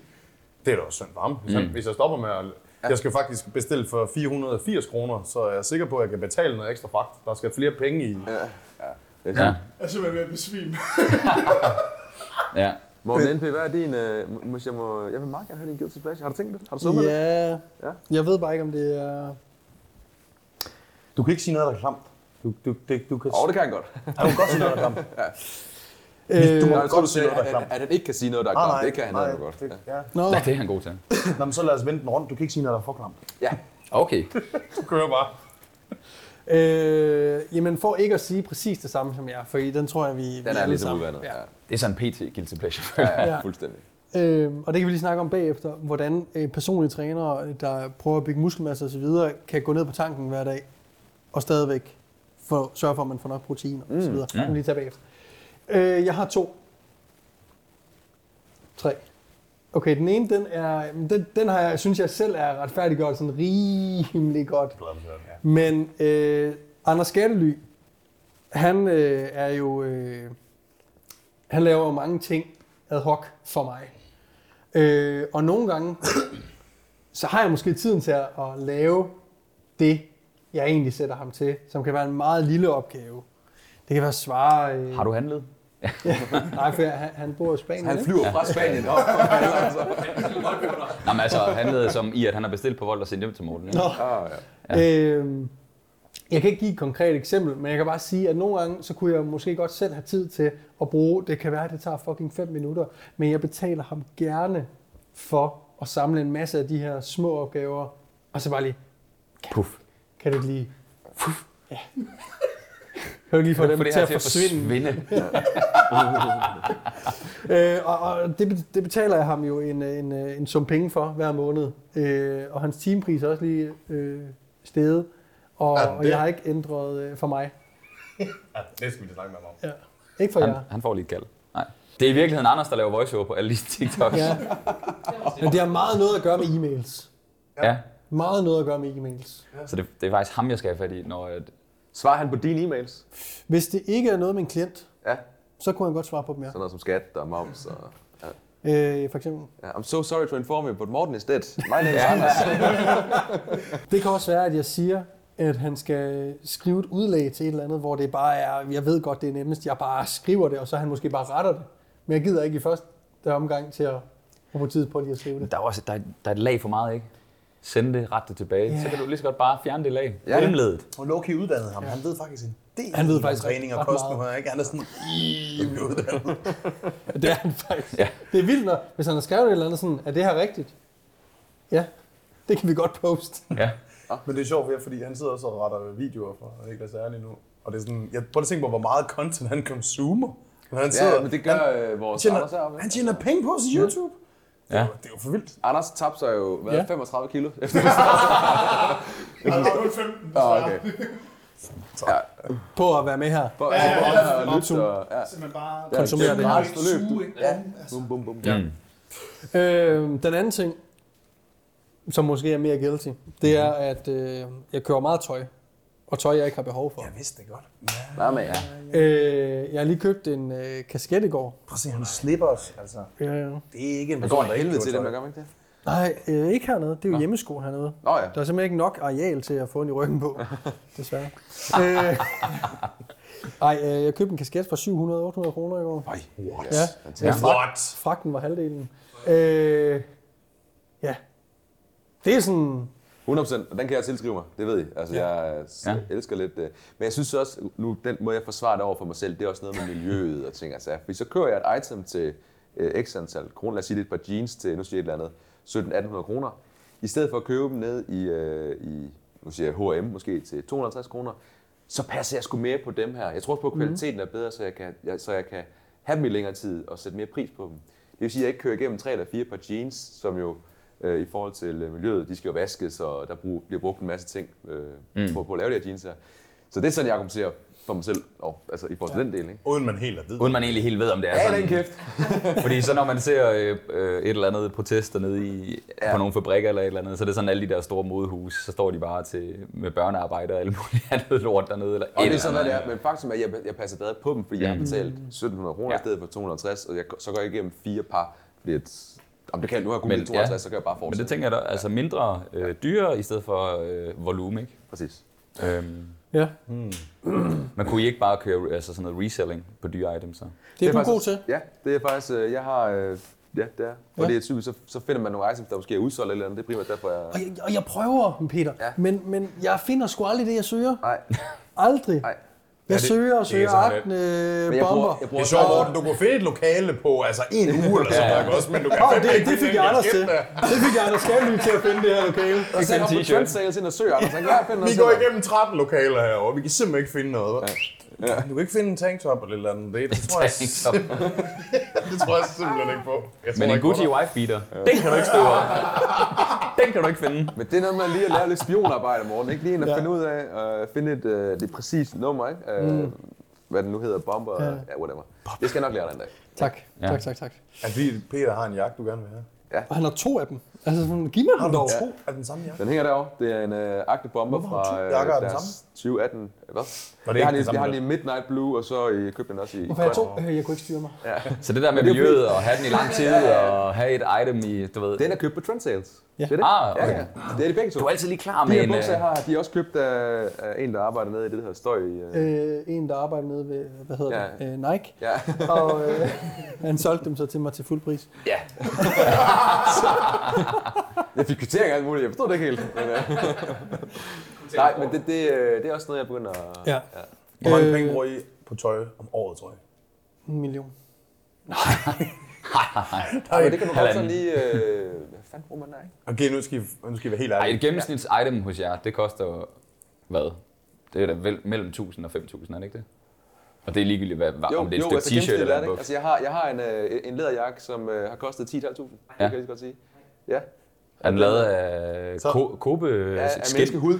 E: Det er da også synd for ham. Hvis, han, hvis jeg stopper med at... Jeg skal faktisk bestille for 480 kroner, så er jeg sikker på, at jeg kan betale noget ekstra fragt. Der skal flere penge i.
C: Det er
B: Ja.
C: ja.
D: Altså, Jeg er simpelthen ved at besvime.
B: ja.
C: Morten NP, hvad er din... Øh, må, jeg, må, jeg vil meget gerne have din guilty pleasure. Har du tænkt det? Har du summet det?
A: Ja,
C: Ja.
A: jeg ved bare ikke, om det er...
E: Du kan ikke sige noget, der er klamt. Du, du, det, du kan,
C: Åh, oh, det kan jeg godt.
E: du kan godt sige noget, der er klamt.
A: Øh,
E: Du må
C: Jeg kan
E: godt
C: godt
E: sige
C: sige,
E: noget, der er
C: at,
E: klamt.
C: at, at han ikke kan sige noget, der er
E: Nej,
C: klamt.
E: nej,
C: Det kan han
E: nej,
C: nemlig godt.
E: det-
C: Ja.
E: Ja.
A: Nå,
B: Ja, det er han god til.
E: Nå, men så lad os vende den rundt. Du kan ikke sige noget, der er for klamt.
C: ja.
B: Okay.
E: Du kører bare.
A: øh, jamen for ikke at sige præcis det samme som jer, for den tror jeg, vi, vi
C: Den er
A: alle
C: lidt
A: sammen-
C: udvandet.
A: Ja.
C: Ja.
B: Det er sådan en PT guilty pleasure.
C: Ja,
A: Ja.
C: ja, fuldstændig.
A: Øhm, og det kan vi lige snakke om bagefter, hvordan øh, personlige trænere, der prøver at bygge muskelmasse osv., kan gå ned på tanken hver dag og stadigvæk for, sørge for, at man får nok protein og så videre. Mm. Det kan vi lige tage bagefter. Øh, jeg har to. Tre. Okay, den ene, den er, den, den har jeg, synes jeg selv er retfærdiggjort sådan rimelig godt. Men øh, Anders Skattely, han øh, er jo, øh, han laver jo mange ting ad hoc for mig. Øh, og nogle gange, så har jeg måske tiden til at, at lave det, jeg egentlig sætter ham til, som kan være en meget lille opgave. Det kan være at svare... Øh,
B: Har du handlet?
A: nej, for jeg- han, han bor i Spanien,
C: Han
A: ikke?
C: flyver fra Spanien op.
B: Nå, men altså, handlede som i, at han har bestilt på vold og sendt hjem til Morten. Ikke?
A: Nå.
C: Ah, ja.
A: Øhm, jeg kan ikke give et konkret eksempel, men jeg kan bare sige, at nogle gange, så kunne jeg måske godt selv have tid til at bruge, det kan være, at det tager fucking 5 minutter, men jeg betaler ham gerne for at samle en masse af de her små opgaver, og så bare lige,
B: Puff.
A: kan du ikke lige, ja. kan du ikke lige få dem
B: Få det
A: til
B: her
A: at forsvinde?
B: forsvinde.
A: Øh, og og det, det betaler jeg ham jo en, øh, en, øh, en sum penge for hver måned. Øh, og hans timepris er også lige øh, steget. Og,
E: Ja,
A: og
E: det-
A: jeg har ikke ændret øh, for mig.
E: Ja, det skal vi da snakke med ham om.
A: Ja. Ikke for
B: Han,
A: jer.
B: han får lige et kald. Nej. Det er i virkeligheden Anders, der laver voiceover på alle de TikToks.
A: Ja. Men det har meget noget at gøre med e-mails.
B: ja.
A: Meget noget at gøre med e-mails.
B: Så det, det er faktisk ham, jeg skal have fat i, når... øh, at-
C: Svarer han på dine e-mails?
A: Hvis det ikke er noget med en klient,
C: Ja.
A: så kunne han godt svare på dem, ja.
C: Sådan noget som skat og moms og... Ja.
A: Øh, for eksempel.
C: Ja, I'm so sorry to inform you, but Morten is dead. My name is Anders.
A: Det kan også være, at jeg siger, at han skal skrive et udlæg til et eller andet, hvor det bare er, jeg ved godt, det er nemmest, jeg bare skriver det, og så han måske bare retter det. Men jeg gider ikke i første omgang til at at bruge tid på lige at skrive det.
B: Der er også der er, der er et lag for meget, ikke? Send det, ret det tilbage.
A: Ja.
B: Så kan du lige så godt bare fjerne det lag.
C: Ja.
B: Ja. Mellemledet.
E: Og Loki uddannede ham. Han ved faktisk en del
A: Han ved
E: om
A: faktisk
E: træning og
A: ret
E: kost nu.
A: meget.
E: Han er ikke han er sådan rimelig uddannet.
A: Det er han faktisk. Ja. Det er vildt, når, hvis han har skrevet et eller andet sådan, er det her rigtigt? Ja, det kan vi godt poste.
B: Ja.
E: Men det er sjovt, for jeg- fordi han sidder også og retter videoer for Niklas Erling nu. Og det er sådan, jeg prøver at tænke på, hvor meget content han consumer. Men han sidder,
C: Ja, men det gør øh, vores
E: tjener,
C: Anders heroppe.
E: han tjener penge på sin YouTube. Ja. Det, er
B: Ja.
E: jo, det er jo for vildt.
C: Anders tabte sig jo hvad,
A: Ja.
C: 35 kilo efter det.
D: Han har 0,15
C: Ah,
D: desværre.
C: okay.
D: Okay.
A: På at være med her.
C: Hvor,
D: Ja, ja,
C: hvor-
D: ja.
C: hvor- og lytte og- ja.
D: Simpelthen bare...
A: Konsumere det.
D: Bare
C: gratis
D: en
C: forløb.
D: suge, ikke?
C: Ja.
D: Altså,
C: Bum, bum, bum.
B: Mm.
A: Øh, den anden ting, som måske er mere guilty, det er, at øh, jeg kører meget tøj. Og tøj, jeg ikke har behov for.
E: Jeg vidste det godt.
C: Nej, men ja.
A: Øh, jeg har lige købt en øh, kasket i går.
E: Prøv at se, han slipper os. Altså,
A: Ja, ja.
E: det er ikke en
C: Det går en helvede til dem, der gør man ikke det?
A: Nej, øh, ikke hernede. Det er jo Nå. hjemmesko hernede.
C: Nå ja.
A: Der er simpelthen ikke nok areal til at få den i ryggen på, desværre. øh, ej, øh, jeg købte en kasket for 700-800 kroner i går.
C: Ej, what?
A: Ja.
C: Fantastisk.
E: What?
A: Fragten var halvdelen. Øh, ja. Det er sådan...
C: 100%, og den kan jeg tilskrive mig, det ved I. Altså, jeg s-
B: Ja.
C: elsker lidt det. Men jeg synes også, nu den måde jeg forsvarer det over for mig selv, det er også noget med miljøet og ting. Altså, fordi så kører jeg et item til øh, x antal kroner, lad os sige det er et par jeans til, nu siger jeg et eller andet, 1700-1800 kroner. I stedet for at købe dem ned i, øh, i nu siger jeg H&M måske til 250 kroner, så passer jeg sgu mere på dem her. Jeg tror også
B: Mhm.
C: på, at kvaliteten er bedre, så jeg kan, jeg, så jeg kan have dem i længere tid og sætte mere pris på dem. Det vil sige, at jeg ikke kører igennem tre eller fire par jeans, som jo øh, i forhold til øh, miljøet, de skal jo vaskes, og der brug, bliver brugt en masse ting øh, mm. på, på at lave de her jeans her. Så det er sådan, jeg argumenterer for mig selv, og, altså i forhold til ja. den del. Ikke?
E: Uden man helt er ved.
B: Uden man egentlig helt ved, om det er sådan.
C: kæft.
B: Fordi så når man ser øh, øh, et eller andet protester nede i, ja. på nogle fabrikker eller et eller andet, så er det sådan alle de der store modehuse, så står de bare til, med børnearbejder og alt muligt andet lort dernede. Eller
C: Og
B: et
C: det er
B: eller
C: sådan, hvad det
B: andet.
C: er. Men faktum er, at jeg, jeg passer bedre på dem, fordi jeg har
B: Mm.
C: betalt 1700 kroner
B: Ja.
C: i stedet for 260, og jeg, så går jeg igennem fire par, fordi at, om det kan, nu har jeg kun
B: Men-
C: lige 260,
B: ja.
C: så kan jeg bare
B: Men
C: fortsætte.
B: det tænker jeg da, altså mindre øh, dyre i stedet for øh, volume, ikke?
C: Præcis.
B: Øhm,
A: Ja,
B: men kunne I ikke bare køre altså sådan noget reselling på dyre items? Så?
A: det er du
C: faktisk-
A: god til.
C: Ja, det er faktisk, øh, jeg har, øh, ja, det er. Og det er typisk, så, så finder man nogle items, der måske er udsolgt eller et eller andet. Det er primært derfor,
A: Og
C: jeg...
A: jeg, og jeg prøver, Peter,
C: Ja.
A: ja. men, men jeg finder sgu aldrig det, jeg søger.
C: Nej,
A: Aldrig.
C: nej.
A: Jeg
E: Ja, det-
A: søger og
E: det
A: søger
E: er sådan lidt.
A: aften, øh,
C: Men jeg bruger,
A: bomber.
C: jeg
E: Det
C: bruger
E: er sjovt, Morten, du kunne finde et lokale på altså en uge eller sådan noget, ikke også, men du kan
A: Åh,
E: fandme
A: det,
E: ikke
A: det
E: finde
A: fik
E: en
A: jeg Anders til.
E: kasket, der.
A: Det fik jeg Anders Skattely til at finde det her lokale.
C: Jeg
B: Ikke
C: sender
B: en
C: ham på
B: t-shirt.
C: Trend Sales ind og søger, Anders. Han kan finde
E: Vi
C: noget
E: går
C: selv.
E: igennem 13 lokaler herovre, vi kan simpelthen ikke finde noget. hva'? Ja. Du kan ikke finde en tanktop eller et eller andet. Det, det tror jeg,
B: Tanktop.
E: det tror jeg simpelthen ikke på. Jeg tror
B: Men en
E: ikke på
B: Gucci
E: dig.
B: wife beater, den kan du ikke stå over. Den kan du ikke finde.
C: Men det er noget med lige at lave lidt spionarbejde, Morten. Ikke lige ind at finde ud af, øh, finde et, øh, det præcise nummer, ikke? Øh,
E: Mm.
C: Hvad den nu hedder, bomber, ja. ja, whatever. Det skal jeg nok lære dig en dag.
A: Tak,
B: Ja.
A: tak, tak, tak.
E: Er det fordi Peter har en jakke, du gerne vil have?
A: Og han har to af dem. Altså, sådan, giv mig
E: Har
A: den
E: du
A: dog.
E: to af den samme jakke?
C: Den hænger derovre. Det er en øh, agte bomber
E: Hvorfor har du
C: fra
E: to
C: øh,
E: jakker af den
C: deres 2018. Hvad?
E: Var det
C: Jeg har,
E: ikke den
C: lige,
E: samme
C: jeg har
E: jakke?
C: lige Midnight Blue, og så øh, købte den også i...
A: Hvorfor jeg to? Øh, jeg kunne ikke styre mig.
B: Så det der med miljøet og have den i lang tid og have et item i, du ved.
C: Den er købt på Trendsales. Ja. Det er det.
B: Ah, okay.
C: ja, ja. Det er de begge to.
B: Du er altid lige klar
C: De
B: med en...
C: her bukser, jeg
B: øh,
C: har, de er også købt af, af en, der arbejder nede i det, der hedder Støj. Øh.
A: Øh, en, der arbejder nede ved, hvad hedder
C: Ja.
A: ja. det, øh, Nike.
C: Ja.
A: Og øh, han solgte dem så til mig til fuld pris.
B: Ja,
C: Jeg fik kvittering og alt muligt. Jeg forstod det ikke helt. Men, øh. Nej, men det, det, øh, det er også noget, jeg begynder at...
A: Ja.
E: Hvor mange penge bruger I på tøj om året, tror jeg?
A: En million.
C: Nej, men det kan du godt
B: Halvanden.
C: sådan lige... Øh, hvad fanden bruger man der, ikke?
E: Okay, nu skal I, nu skal I være helt
B: øh, Ej, et
E: ærlige.
B: gennemsnits-item hos jer, det koster jo- hvad? Det er da vel mellem 1000 og 5000, er det ikke det? Og det er ligegyldigt, hvad, jo, om det er et stykke
C: gennemsnitligt
B: t-shirt eller
C: er
B: en
C: det, ikke?
B: buk.
C: Altså, jeg har, jeg har en, øh, en læderjakke, som øh, har kostet 10.500. Ja. Det kan jeg lige så godt sige. Ja,
B: Er den lavet af
E: Så-
B: ko- kobe
C: af, af
B: skin?
C: menneskehud.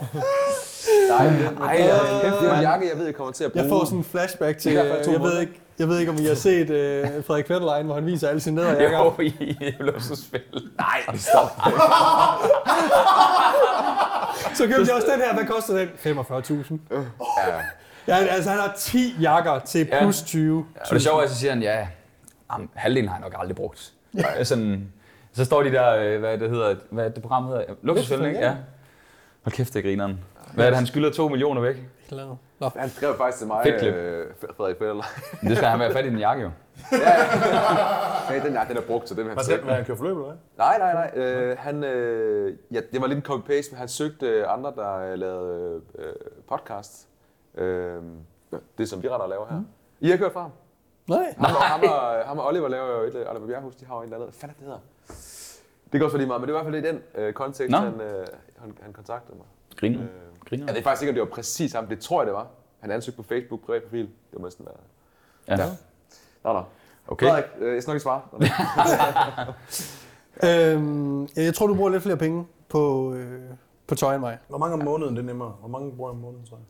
C: Nej, men det, Ej, det, er, det er en jakke, jeg ved, jeg kommer til at bruge.
A: Jeg får sådan en flashback til, øh,
C: Det er i hvert fald to
A: jeg ved
C: måneder.
A: ikke, jeg ved ikke, om I har set øh, Frederik Fetterlein, hvor han viser alle sine nederjakker.
B: Jo, i luksusspil. Nej,
C: stop.
A: Så købte jeg også den her. Hvad koster den? 45.000. Ja, altså han har 10 jakker til
B: Ja.
A: plus 20.
B: Og det sjove er, så siger han, ja, jamen, halvdelen har jeg nok aldrig brugt. Ja. Sådan, så står de der, øh, hvad det hedder, hvad er det program hedder? Luksusfælden, ikke? Ja. Hold kæft, det er grineren. Hvad er det, han skylder 2 millioner væk?
A: Nå. Nå.
C: Han skrev faktisk til mig,
B: Fedt klip.
C: øh, Frederik Fetterlein.
B: Men det skal han være fat i den jakke jo.
C: Hey, den, nej, den er brugt, så den vil han
E: Hvad skal den være? Han kører forløb, eller hvad?
C: Nej, nej, nej. Øh, han, øh, ja, det var lidt en copy-paste, men han søgte øh, andre, der øh, lavede øh, podcast. Øh, det, som vi retter laver her. Mm. I har kørt fra ham.
A: Nej.
C: Ham og, ham, og, ham og Oliver laver jo et, øh, Oliver Bjerghus, de har jo et eller andet. Hvad fanden er det hedder? Det går så lige meget, men det var i hvert fald i den øh, kontekst,
B: Nå.
C: han, øh, han, han kontaktede mig.
B: Griner. Griner.
C: Ja, det er faktisk ikke, om det var præcis ham. Det tror jeg, det var. Han ansøgte på Facebook, privat profil. Det må næsten være...
B: Ja.
C: Nå, nå.
B: Okay.
C: Frederik, øh, jeg skal nok ikke svare. Nå, nå.
A: Øhm, jeg tror, du bruger lidt flere penge på, øh, på tøj end mig.
E: Hvor mange om måneden, det er nemmere? Hvor mange bruger jeg om måneden, tror jeg?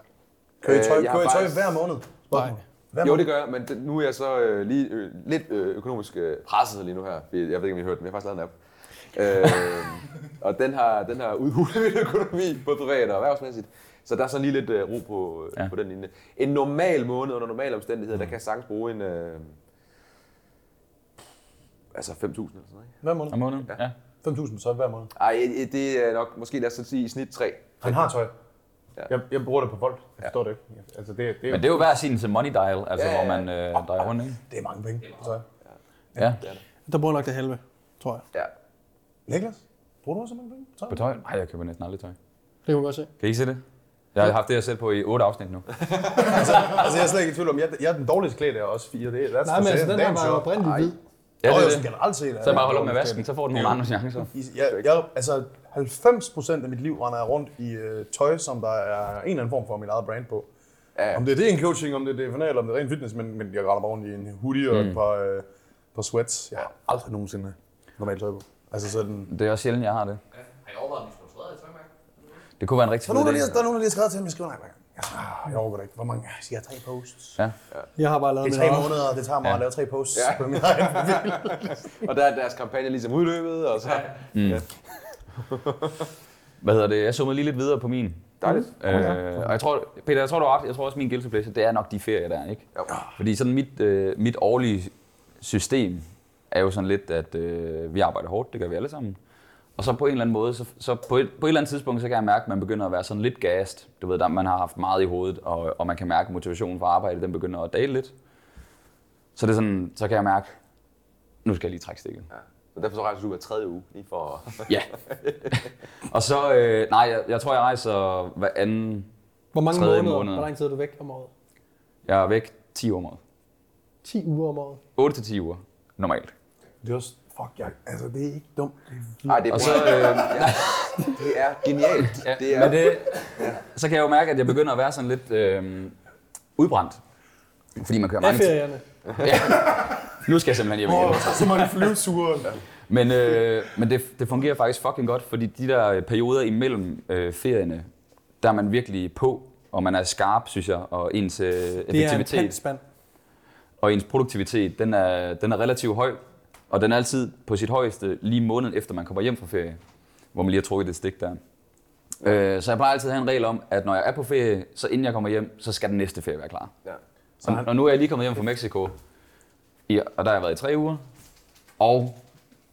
E: Kører I
C: Øh,
E: tøj,
C: jeg har
E: kører I tøj
C: faktisk-
E: hver måned?
A: Nej.
E: Hver
C: Jo,
E: måned?
C: det gør jeg, men det, nu er jeg så øh, lige øh, lidt øh, økonomisk øh, presset lige nu her. fordi Jeg ved ikke, om I har hørt den, men jeg har faktisk lavet en app. Øh, og den har, den har udhulet min økonomi, både privat og erhvervsmæssigt. Så der er sådan lige lidt øh, ro på, øh,
B: Ja.
C: ja. på den linje. En normal måned under normale omstændigheder, der kan jeg sagtens bruge en... Øh, altså 5.000 eller sådan noget. ikke?
E: Hver måned?
B: Om måneden? Ja.
E: 5.000 tøj hver måned.
C: Ej, øh, det er nok måske, lad os så sige, i snit 3.
E: Han har tøj.
C: Ja.
E: Jeg, jeg bruger det på folk. Jeg forstår det ikke. Altså, det, det, er,
B: Men det er jo hver sin til money dial, altså
C: Ja,
B: ja,
C: ja,
B: hvor
C: ja.
B: man øh, drejer rundt, ikke?
E: det er mange penge på tøj.
B: Ja.
A: Der bruger jeg nok det halve, tror jeg.
C: Ja.
E: Niklas, bruger du også så mange penge på tøj?
B: På tøj? Nej, jeg køber næsten aldrig tøj.
A: Det kan man godt se.
B: Kan I ikke se det? Jeg har haft det her selv på i otte afsnit nu.
E: Altså, jeg er slet ikke i tvivl om, jeg, jeg er den dårligste klædt af os fire. Det, er- that's
A: Nej, men
E: for
A: altså,
E: sale.
A: den her
E: Damn
A: var
E: sure.
A: oprindelig hvid.
B: Ja,
E: Nå,
B: det
E: jo,
B: er
E: sådan
B: det.
E: Altså, generelt set. er
B: Så jeg
E: jeg
B: bare holder op med
E: den dårligste
B: vasken, så får du nogle andre chancer.
E: klædt. I- Jeg, jeg, altså, 90 procent af mit liv render jeg rundt i øh, tøj, som der er en eller anden form for mit eget brand på.
C: Ja.
E: Om det er det en coaching, om det er det eller om det er ren fitness, men, men jeg render bare rundt i en hoodie og et par, øh, par sweats. Jeg har aldrig nogensinde normalt tøj på. Altså sådan...
B: Det er også sjældent, jeg har det.
F: Ja. Har I overvejet, at vi skulle have træet i tøjmærke?
B: Det kunne være en rigtig
E: Der er
B: fed
E: nogen, der lige,
B: idé.
E: der er nogen, der lige har skrevet til mig, skriver nej, jeg, jeg overgår det ikke. Hvor mange? Jeg siger, tre posts.
B: Ja.
A: Jeg har bare lavet
E: Det
A: mit
E: er tre
A: eget.
E: måneder, og det tager mig
B: Ja.
E: at lave tre posts
C: Ja.
E: ja. på min egen profil.
C: Og der er deres kampagne ligesom udløbet, og så...
B: Hvad hedder det? Jeg summede lige lidt videre på min.
C: Dejligt.
B: Øh, og jeg tror, Peter, jeg tror, du har ret. Jeg tror også, min guilty pleasure, det er nok de ferier der, ikke?
C: Jo.
B: Fordi sådan mit, øh, mit årlige system er jo sådan lidt, at øh, vi arbejder hårdt, det gør vi alle sammen. Og så på en eller anden måde, så, så på, et, på et eller andet tidspunkt, så kan jeg mærke, at man begynder at være sådan lidt gast. Du ved, der, man har haft meget i hovedet, og, og man kan mærke, at motivationen for arbejde, den begynder at dale lidt. Så det er sådan, så kan jeg mærke, nu skal jeg lige trække stikket.
C: Ja. Så derfor så rejser du hver tredje uge, lige for...
B: Ja. og så, øh, nej, jeg, jeg tror, jeg rejser hver anden...
A: Hvor mange
B: Tredje
A: måneder?
B: måned.
A: Hvor lang tid er du væk om året?
B: Jeg er væk 10 uger om året.
A: 10 uger om året.
B: 8 til 10 uger, normalt.
E: Det er også fuck, jeg, altså, det er ikke dumt. Det er
C: Nej, det er,
B: Og så,
C: så,
B: øh,
C: det er genialt.
B: ja,
C: det
B: det
C: er,
B: men det, så kan jeg jo mærke, at jeg begynder at være sådan lidt øh, udbrændt. Fordi man kører
A: Af
B: mange ting.
A: ferierne.
B: Nu skal jeg simpelthen hjem igen.
E: så mange flyveture.
B: Men, øh, men det, det fungerer faktisk fucking godt, fordi de der øh, perioder imellem øh, ferierne, der er man virkelig på, og man er skarp, synes jeg, og ens øh,
A: Det er en
B: effektivitet
A: pandspand.
B: og ens produktivitet, den er, den er relativt høj, og den er altid på sit højeste lige måneden efter man kommer hjem fra ferie, hvor man lige har trukket det stik der. Øh, så jeg plejer altid at have en regel om, at når jeg er på ferie, så inden jeg kommer hjem, så skal den næste ferie være klar.
C: Ja.
B: Så og, og nu er jeg lige kommet hjem fra Mexico, i, og der har jeg været i tre uger, og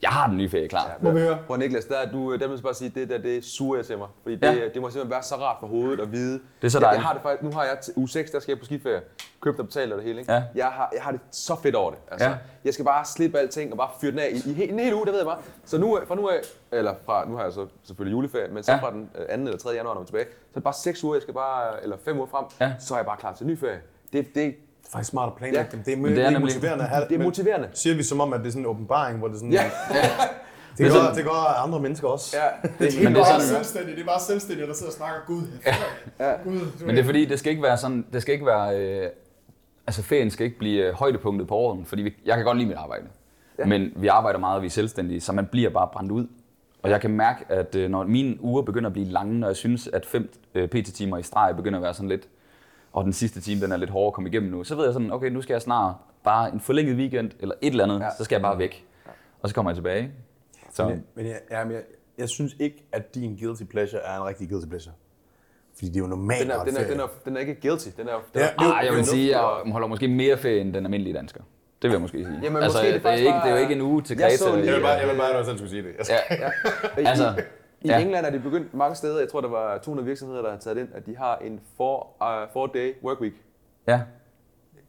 B: jeg har den nye ferie klar.
A: Må vi høre.
C: Prøv Niklas, der, er du, øh, der vil jeg bare sige, det der, det suger jeg til mig. Fordi det,
B: Ja.
C: ja. det må simpelthen være så rart for hovedet at vide.
B: Det er så
C: jeg, jeg
B: dejligt.
C: har det faktisk, nu har jeg til uge 6, der skal jeg på skiferie. Købt og betalt og det hele, ikke?
B: Ja.
C: Jeg, har, jeg har det så fedt over det. Altså,
B: Ja.
C: ja. Jeg skal bare slippe alting og bare fyre den af i, i he, en hel uge, det ved jeg bare. Så nu, øh, fra nu af, eller fra, nu har jeg så selvfølgelig juleferie, men så
B: Ja.
C: ja. fra den øh, 2. eller 3. januar, når jeg er tilbage, så er det bare 6 uger, jeg skal bare, eller 5 uger frem,
B: Ja.
C: ja. så er jeg bare klar til en ny ferie. Det, det,
E: Det er faktisk smart at planlægge
C: Ja,
E: dem. Det er,
B: det
E: det
B: er
E: er
B: nemlig-
E: motiverende at have
C: det er
E: men
C: motiverende.
E: Siger vi som om, at det er sådan en åbenbaring, hvor det er sådan...
C: Ja.
E: Det gør, det gør andre mennesker også.
C: Ja, det er,
B: Men det er
D: bare
B: sådan, det er.
D: selvstændig, det er bare selvstændig, der sidder og snakker, gud, jeg ja. ja. gud, du
B: Men det er fordi, det skal ikke være sådan, det skal ikke være, øh, altså ferien skal ikke blive øh, højdepunktet på året, fordi vi, jeg kan godt lide mit arbejde. Ja. Men vi arbejder meget, og vi er selvstændige, så man bliver bare brændt ud. Og jeg kan mærke, at øh, når mine uger begynder at blive lange, når jeg synes, at 5 øh, PT-timer i streg begynder at være sådan lidt, og den sidste time, den er lidt hårdere at komme igennem nu, så ved jeg sådan, okay, nu skal jeg snart bare en forlænget weekend, eller et eller andet, ja. så skal jeg bare væk. Og så kommer jeg tilbage. Så,
E: Men, men, jeg, ja, men jeg, jeg synes ikke, at din guilty pleasure er en rigtig guilty pleasure. Fordi det er jo normalt
C: den er,
E: at
C: den er,
E: ferie.
C: den er, den er ikke guilty. Den er, den
E: Ja,
C: er
E: jo,
B: Ah, jeg
E: jo,
B: vil
E: jo.
B: sige, at jeg holder måske mere ferie end den almindelige dansker. Det vil jeg måske sige. Altså,
C: Jamen, måske er det
B: det, er
C: faktisk
B: ikke, det er jo
C: bare-
B: ikke en uge til
C: Jeg
B: Greta.
C: så lige-
E: Jeg vil bare, jeg vil bare have, at jeg selv skulle sige det. Jeg skal,
B: Ja,
C: I,
B: Altså,
C: altså, I
B: ja.
C: ja. England er det begyndt mange steder, jeg tror der var 200 virksomheder, der har taget det ind, at de har en 4-day uh, work week.
B: ja.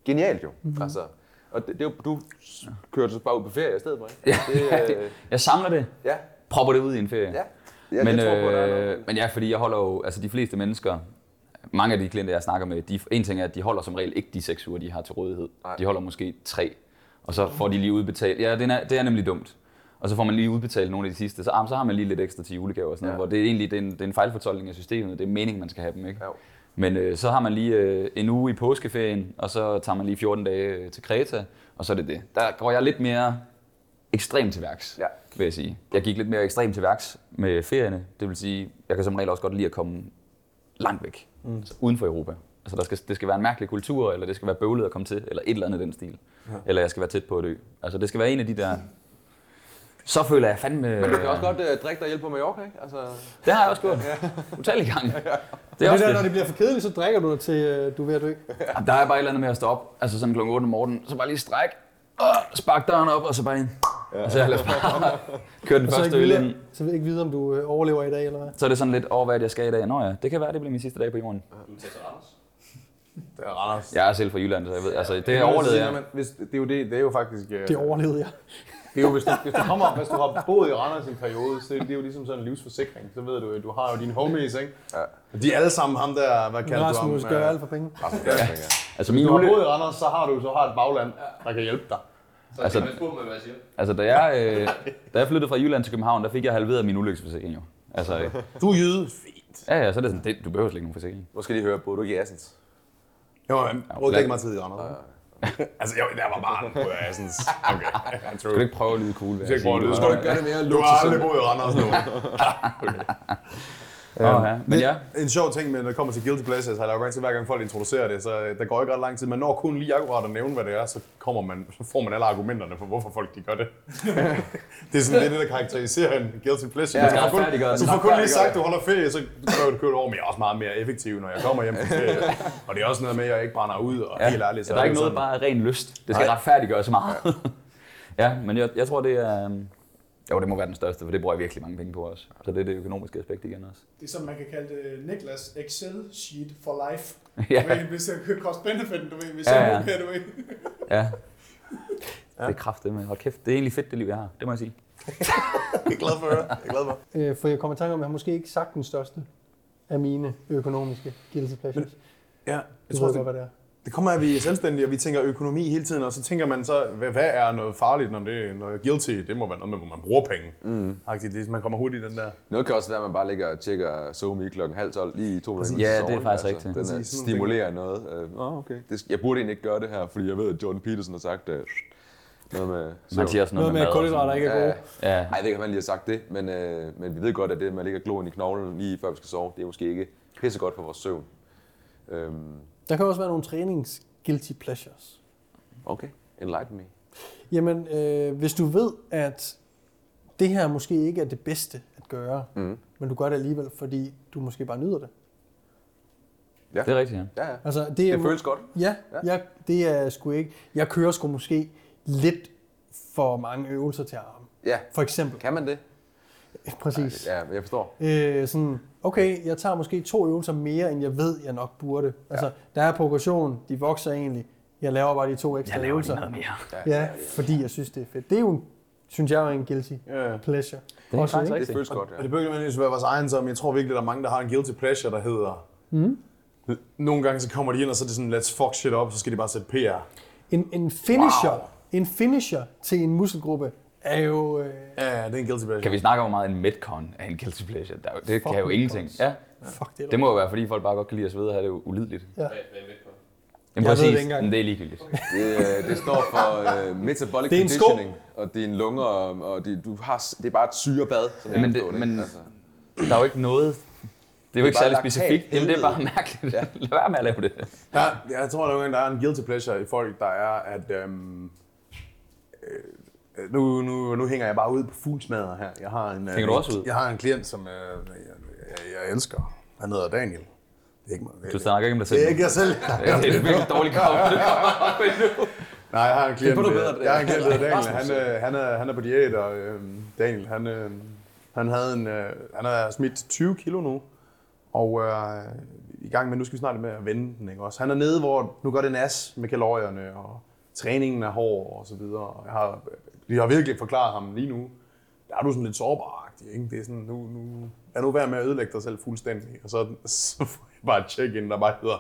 C: Genialt jo.
B: Mhm.
C: Mm-hmm. Altså, og det, det, er jo- du s- kører så bare ud på ferie i stedet for, ikke?
B: Ja,
C: Det, øh,
B: Jeg samler det,
C: ja,
B: propper det ud i en ferie.
C: ja. ja
B: men,
C: jeg tror på, der er noget.
B: øh, men ja, fordi jeg holder jo, altså de fleste mennesker, mange af de klienter, jeg snakker med, de, en ting er, at de holder som regel ikke de seks uger, de har til rådighed. Nej.
C: Nej.
B: De holder måske tre, og så får de lige udbetalt. Ja, det er, det er nemlig dumt. Og så får man lige udbetalt nogle af de sidste, så, ah, men så har man lige lidt ekstra til julegaver og sådan noget,
C: Ja.
B: hvor det er egentlig det er en, det er en fejlfortolkning af systemet, det er meningen, man skal have dem, ikke?
C: Jo.
B: Men øh, så har man lige øh, en uge i påskeferien, og så tager man lige 14 dage øh, til Kreta, og så er det det. Der går jeg lidt mere ekstremt til værks, ja.
C: Ja.
B: vil jeg sige. Jeg gik lidt mere ekstremt til værks med ferierne. Det vil sige, jeg kan som regel også godt lide at komme langt væk, mm. altså uden for Europa. Altså der skal, det skal være en mærkelig kultur, eller det skal være bøvlet at komme til, eller et eller andet i den stil. Ja. Eller jeg skal være tæt på at dø. Altså det skal være en af de der... Så føler jeg fandme... Men
C: Du kan også godt øh, drikke dig hjælp på Mallorca, ikke? Altså,
B: Det har jeg også gjort. Utallige gange.
A: Det
B: Det er
A: er
B: også
A: der,
B: det.
A: når det bliver for kedeligt, så drikker du dig til, øh, du er ved at dø.
B: Jamen, Der er bare et eller andet med at stå op, altså sådan kl. 8 om morgenen, så bare lige stræk, og spark døren op, og så bare ind. Ja. Og så ellers bare køre den
A: Og så
B: første
A: ikke,
B: øl
A: videre,
B: ind.
A: så vil jeg ikke vide, om du øh, overlever i dag eller hvad.
B: Så er det sådan lidt over, hvad er det, jeg skal i dag. Nå ja, det kan være, det bliver min sidste dag på jorden.
E: det er Randers.
B: Jeg er selv fra Jylland, så jeg ved, altså det
E: Jeg vil
B: overlevede
E: sige,
B: jeg.
E: men Hvis, det, er jo det, det er jo faktisk... øh,
A: Det overlevede jeg.
E: Det er jo, hvis du, hvis du, kommer, hvis du har boet i Randers i en periode, så det er jo ligesom sådan en livsforsikring. Så ved du, at du har jo dine homies, ikke? Ja. De er alle sammen ham der, hvad kalder du ham?
A: Rasmus gør
E: øh,
A: alt for penge.
C: Rasmus Gerling, ja.
B: Altså,
E: Hvis
B: min
E: du har
B: jule,
E: boet i Randers, så har du så har et bagland, der kan hjælpe dig.
F: Så
B: Altså-
F: altså, man på med, hvad jeg siger.
B: altså da, jeg, øh, da jeg flyttede fra Jylland til København, der fik jeg halveret min ulykkesforsikring jo. Altså, øh,
E: Du er jyde.
B: ja, ja, så er det sådan, det, du behøver slet ikke nogen forsikring.
C: Nu skal de høre på, du ikke i Assens.
E: Jo, jeg
B: lad-
E: brugte ikke meget tid i Randers. altså, jo, der var barn på Assens. Okay. Jeg tror
B: Skal du ikke prøve at lyde cool, hvad jeg
E: skal ikke prøve
B: siger?
E: at
B: Du har-
E: lyde cool.
C: Gør det mere
E: Du har
C: luksus.
E: aldrig boet i Randers nu.
B: Nå, ja. Men ja,
E: En sjov ting, men når det kommer til Guilty Pleasures, har jeg lagt mærke til, hver gang folk introducerer det, så øh, der går ikke ret lang tid. Man når kun lige akkurat at nævne, hvad det er, så, kommer man, så får man alle argumenterne for, hvorfor folk de gør det. det er sådan lidt det, der karakteriserer en Guilty Pleasure.
B: Ja,
E: Du får kun-
B: retfærdiggør den.
E: du får kun lige sagt, at du holder ferie, så kører du kørt over, men jeg er også meget mere effektiv, når jeg kommer hjem fra ferie. Og det er også noget med, at jeg ikke brænder ud, og
B: Ja.
E: helt ærligt.
B: Så der er
E: det
B: ikke noget
E: sådan-
B: bare af ren lyst. Det skal
E: Nej.
B: retfærdiggøre så meget. ja, men jeg, jeg tror, det er... øhm, Jo, det må være den største, for det bruger jeg virkelig mange penge på også. Så det er det økonomiske aspekt igen også.
D: Det er sådan, man kan kalde det øh, Niklas Excel Sheet for Life.
B: Ja.
D: Du ved, hvis jeg kører cost benefit, du ved, hvis
B: Ja,
D: jeg
B: ja.
D: nu kan, du ved.
B: Ja. ja. Det er kraftigt, men hold kæft, det er egentlig fedt, det liv, jeg har. Det må jeg sige.
E: Jeg er glad for at høre. Jeg er glad for.
A: Øh, for jeg kommer i tanke om, at jeg har måske ikke sagt den største af mine økonomiske guilty pleasures.
E: Ja,
A: Du
E: jeg
A: tror
E: tror,
A: ved godt,
E: det,
A: hvad det er.
E: Det kommer af, at vi er selvstændige, og vi tænker økonomi hele tiden, og så tænker man så, hvad, hvad er noget farligt, når det er noget guilty? Det må være noget med, hvor man bruger penge. Mm. Det, man kommer hurtigt i den der.
C: Noget kan også være, at man bare ligger og tjekker SoMe klokken halv tolv lige i to minutter.
B: Altså, Ja, det
C: til
B: er
C: sovning,
B: faktisk rigtigt.
C: Den er,
E: Præcis, sådan nogle
C: stimulerer noget. Øh, Åh, okay. Det, jeg burde egentlig ikke gøre det her, fordi jeg ved, at Jordan Peterson har sagt øh, noget med...
B: Man siger også
A: Noget
B: noget,
A: med, at
B: mad og sådan
A: kulhydrater ikke er gode.
B: Ja.
C: Nej, Øh, jeg ved ikke, om han lige har sagt det, men, øh, men vi ved godt, at det med at ligge og gloen i knoglen lige før vi skal sove, det er måske ikke pissegodt for vores søvn. Øhm,
A: Der kan også være nogle trænings guilty pleasures.
C: okay, enlighten me.
A: Jamen, øh, hvis du ved, at det her måske ikke er det bedste at gøre, mm. men du gør det alligevel, fordi du måske bare nyder det.
B: Det er rigtigt, ja.
C: Ja, ja.
A: Altså, det,
C: Det føles godt.
A: Ja,
C: Ja.
A: ja. Jeg, det er sgu ikke. Jeg kører sgu måske lidt for mange øvelser til armen.
C: Ja,
A: For eksempel.
C: kan man det?
A: Præcis.
C: Ja, jeg forstår.
A: Øh, sådan, okay, jeg tager måske to øvelser mere, end jeg ved, jeg nok burde. Altså, der er progression, de vokser egentlig. Jeg laver bare de to ekstra
B: Jeg laver lige
A: øvelser.
B: noget mere.
A: Ja, fordi jeg synes, det er fedt. Det er jo, en- synes jeg, jo en guilty
E: Ja.
A: pleasure.
B: Det er faktisk
C: Det
B: rigtigt.
C: føles godt, ja.
E: Og det behøver ikke nødvendigvis være vores egen, så men jeg tror virkelig, der er mange, der har en guilty pleasure, der hedder... Mm. Nogle gange så kommer de ind, og så er det sådan, let's fuck shit op, så skal de bare sætte PR.
A: En, en finisher,
E: Wow.
A: wow. en finisher til en muskelgruppe er jo... Øh,
E: Ja, ja, det er en guilty pleasure.
B: Kan vi snakke om, hvor meget en medcon er en guilty pleasure? Der, er jo- det kan jo
A: Fuck
B: ingenting.
A: midcons.
B: Ja.
A: fuck, det er
B: Det må jo være, fordi folk bare godt kan lide at svede og have det ulideligt.
A: Ja.
F: Hvad hvad er med på?
B: Jamen,
A: Jeg ved det
B: præcis.
A: ikke engang.
B: Men det er ligegyldigt.
C: Det, øh, det står for uh, metabolic
A: Det er en sko.
C: conditioning, og dine lunger, og, og det, du har, s- det er bare et syrebad, som jeg
B: Men det-
C: forstår det,
B: men-
C: altså.
B: Der er jo ikke noget... Det er jo ikke
C: bare
B: særlig
C: laktat
B: specifikt. Jamen, det er
C: helvede.
B: bare mærkeligt. Lad være med at lave det.
E: Der, jeg tror, der er, nogen, der er en guilty pleasure i folk, der er, at... Øhm, øh, nu, nu, nu hænger jeg bare ud på fuglsmadder her. Jeg har en, øh,
B: Hænger du også ud?
E: Jeg har en klient, som øh, jeg, jeg, jeg, elsker. Han hedder Daniel. Det er ikke mig.
B: Du snakker ikke om dig selv.
E: det er
B: nu.
E: ikke jeg selv.
B: Det er en virkelig dårlig kamp. det kommer op endnu.
E: Nej, jeg har en klient,
B: Det burde du
E: øh,
B: bedre, det.
E: jeg har en klient, der hedder Daniel. Han, øh, han, er, han er på diæt, og øh, Daniel, han, øh, han, havde en, øh, han har smidt 20 kilo nu, og øh, i gang med, nu skal vi snart med at vende den, ikke også? Han er nede, hvor nu går det nas med kalorierne, og træningen er hård, og så videre. Og Jeg har, jeg har virkelig forklaret ham lige nu, der er du sådan lidt sårbar ikke? Det er sådan, nu, nu er du værd med at ødelægge dig selv fuldstændig. Og så, så får jeg bare et check-in, der bare hedder,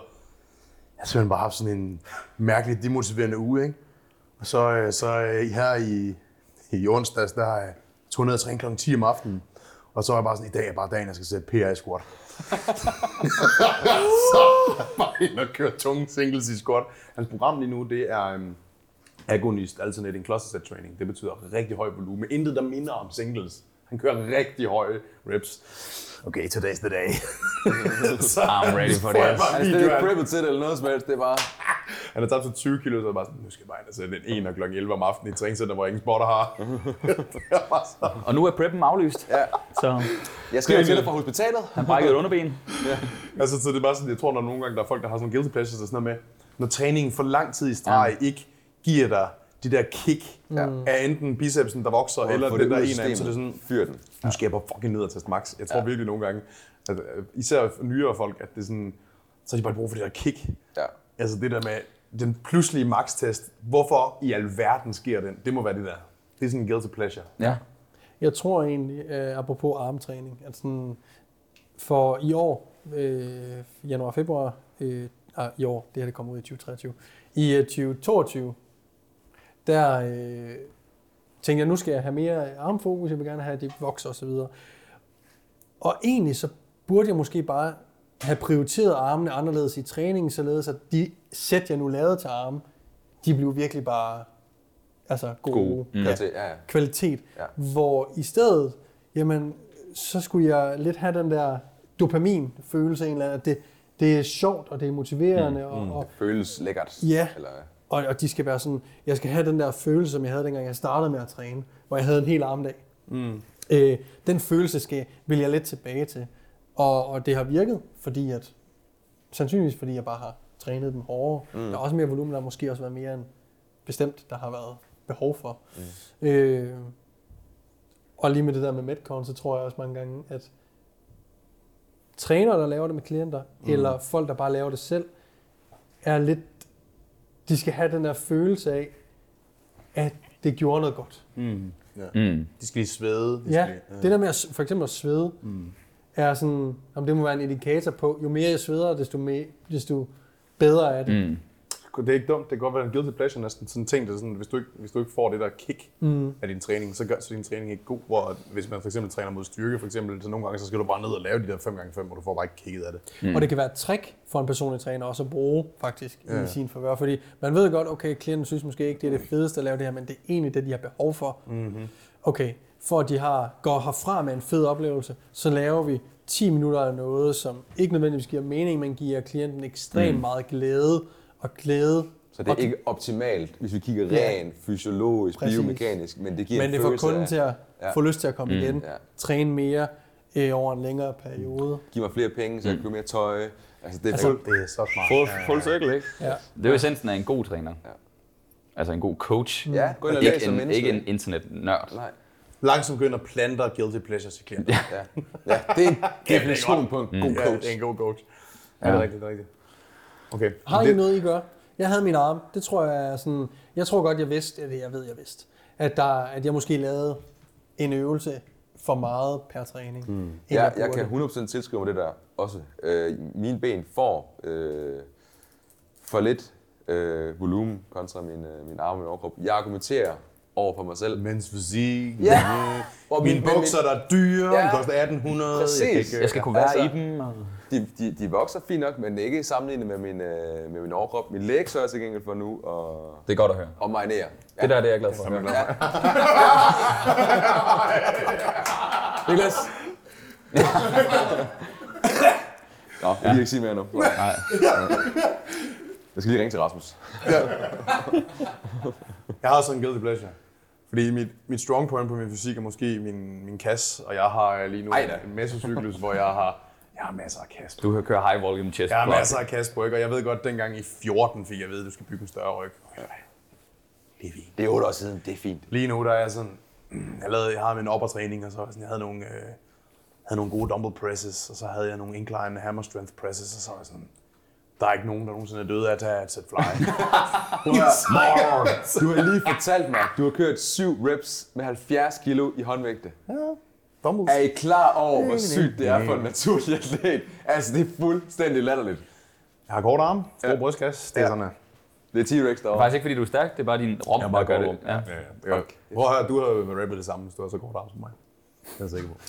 E: jeg har simpelthen bare haft sådan en mærkelig demotiverende uge, ikke? Og så, øh, så øh, her i, i onsdags, der øh, tog jeg ned og træne kl. 10 om aftenen. Og så er jeg bare sådan, i dag er bare dagen, jeg skal sætte PRI squat. så er jeg bare ind og køre tunge singles i squat. Hans program lige nu, det er øhm, agonist alternating cluster set training. Det betyder rigtig høj volumen. Intet, der minder om singles. Han kører rigtig høje reps. Okay, today's the day. så
B: I'm ready for
E: får jeg
B: this.
C: Altså, det
E: bare
C: er jo
E: videoen.
C: ikke preppet til det eller noget som helst, det er bare...
E: Han har tabt sig 20 kilo, så er jeg bare sådan, nu skal jeg bare ind og sætte en 1 og kl. 11 om aftenen i træningscenter, hvor ingen spotter har. det er bare så.
B: Og nu er preppen aflyst.
C: Ja.
B: Så
C: Jeg skriver til dig fra hospitalet.
B: han brækkede et underben.
E: Altså, så det er bare sådan, jeg tror, der er nogle gange, der er folk, der har sådan nogle guilty pleasures og sådan noget med, når træningen for lang tid i streg ja. ikke giver dig de der kick ja. af enten bicepsen, der vokser,
C: at
E: eller
C: få
E: den
C: det
E: der
C: ud af
E: en af dem, så det er sådan,
C: systemet. Fyr den.
E: nu skal jeg bare fucking ned og teste max. Jeg tror ja. virkelig nogle gange, at øh, især for nyere folk, at det er sådan, så har de bare brug for det der kick.
C: Ja.
E: Altså det der med den pludselige max-test. Hvorfor i alverden sker den? Det må være det der. Det er sådan en guilty pleasure.
B: Ja.
A: Jeg tror egentlig, øh, apropos armtræning, at sådan for i år, øh, januar, februar, øh, ah, i år, det her det kommer ud i 2023, i øh, 2022, der øh, tænkte jeg, nu skal jeg have mere armfokus, jeg vil gerne have, at det vokser osv. Og egentlig så burde jeg måske bare have prioriteret armene anderledes i træningen, således at de sæt, jeg nu lavede til arme, de blev virkelig bare altså, gode.
C: Gode.
A: gode.
C: Mm. Ja. ja, ja.
A: kvalitet.
C: Ja.
A: Ja. Hvor i stedet, jamen, så skulle jeg lidt have den der dopamin-følelse af en eller anden, at det, det er sjovt, og det er motiverende, mm, og, og,
C: Føles lækkert.
A: Ja.
C: Eller,
A: og, og de skal være sådan, jeg skal have den der følelse, som jeg havde, dengang jeg startede med at træne, hvor jeg havde en hel armdag. Mm. Øh, den følelse skal, vil jeg lidt tilbage til. Og, og det har virket, fordi at, sandsynligvis fordi jeg bare har trænet dem hårdere. Mm. Der er også mere volumen, der har måske også været mere end bestemt, der har været behov for. Mm. Øh, og lige med det der med Metcon, så tror jeg også mange gange, at trænere, der laver det med klienter, mm. eller folk, der bare laver det selv, er lidt... De skal have den der følelse af, at det gjorde noget godt.
B: Mm.
E: De skal lige svede. De
A: Ja,
E: skal,
A: det der med at, s- for eksempel at svede, mm. er sådan, om det må være en indikator på, jo mere jeg sveder, desto, mere, desto bedre er det.
B: Mm.
E: det er ikke dumt, det kan godt være en guilty pleasure næsten, sådan en ting, der sådan, hvis du ikke, hvis du ikke får det der kick mm. af din træning, så gør så er din træning ikke god, hvor hvis man for eksempel træner mod styrke, for eksempel, så nogle gange, så skal du bare ned og lave de der 5x5, og du får bare ikke kicket af det.
A: Mm. Og det kan være et trick for en personlig træner også at bruge faktisk ja. i sin forvær, fordi man ved godt, okay, klienten synes måske ikke,
C: Mm.
A: det er det fedeste at lave det her, men det er egentlig det, de har behov for. Mm-hmm. Okay, for at de har, går herfra med en fed oplevelse, så laver vi 10 minutter af noget, som ikke nødvendigvis giver mening, men giver klienten ekstremt mm. meget glæde og glæde.
C: Så det er ikke optimalt, hvis vi kigger
A: Ja.
C: rent fysiologisk,
A: Præcis.
C: biomekanisk, men det giver
A: Men
C: en
A: det får
C: følelse
A: kunden
C: af,
A: til at
C: Ja. Mm.
A: få lyst til at komme igen,
C: Ja.
A: træne mere øh, over en længere periode.
C: Giv mig flere penge, så jeg kan købe mere tøj. Altså, det er
A: Altså,
C: altså,
E: Det er så smart.
B: Full, full circle, ikke?
C: Mm.
A: Ja.
B: Det er jo essensen af en god træner.
C: Ja.
B: Altså en god coach.
C: Ja, gå ind og læs
B: Ikke
C: om
B: en,
C: mennesket.
B: ikke en internetnørd.
C: Nej.
E: Langsomt begynder at plante guilty pleasures i klienter.
C: Ja. ja, det er en definition på en god
E: Mm. Ja,
C: coach.
E: det er en god coach. Ja, det er rigtigt, det er rigtigt. Okay.
A: Har
E: men
A: I
E: det-
A: noget, I gør? Jeg havde min arm. Det tror jeg er sådan... Jeg tror godt, jeg vidste, eller jeg ved, jeg vidste, at, der, at jeg måske lavede en øvelse for meget per træning. Mm.
C: Ja, jeg kan 100% tilskrive mig det der også. Øh, mine ben får øh, for lidt øh, volumen kontra min, øh, min arme og min overkrop. Jeg argumenterer over for mig selv.
E: Mens fysik.
C: Ja.
E: Og
C: Og
E: mine
C: min-
E: bukser, der er dyre,
C: Ja.
E: ja. koster 1800. kan
C: Præcis.
E: ikke-
B: Jeg skal kunne være
C: Altså-
B: i dem. Og...
C: De, de, de vokser fint nok, men ikke sammenlignet med min, øh, med min overkrop. Min læg sørger til gengæld for nu og,
B: Det er godt at høre.
C: og marinere. Ja.
B: Det der det er jeg glad for.
A: Niklas,
C: Nå, jeg vil ikke sige mere nu. Nej. Jeg skal lige ringe til Rasmus.
E: Jeg har sådan en guilty pleasure. Fordi mit, mit strong point på min fysik er måske min, min kasse, og jeg har øh, lige nu
C: Ej da.
E: en messocyklus, hvor jeg har, jeg har masser af kast.
B: Du hører køre high volume chest
E: Jeg har
B: press.
E: masser af kast på, ikke? og jeg ved godt, dengang i 14 fik jeg ved, at du skal bygge en større ryg. Og jeg, Det er fint.
C: Det er 8 år siden, det er fint.
E: Lige nu, der er jeg sådan, jeg, lavede, jeg har min oppertræning, og så var jeg sådan, jeg havde nogle, øh, havde nogle gode dumbbell presses, og så havde jeg nogle incline hammer strength presses, og så var jeg sådan, der er ikke nogen, der nogensinde er døde af at tage et set fly.
C: Du har lige fortalt mig, du har kørt 7 reps med 70 kilo i håndvægte.
E: Dumbbells.
C: Er I klar over, hvor sygt det er for en naturlig atlet? Altså, det er fuldstændig latterligt.
E: Jeg har kort arm, stor ja. brystkasse, det er
C: Ja.
E: sådan her.
C: Det er T-Rex derovre.
B: Faktisk ikke fordi du er stærk, det er bare din rom, der gør det. Ja.
E: Ja. Prøv at høre, du har jo med rappet det samme, hvis du har så kort arm som mig. Det er jeg sikker på.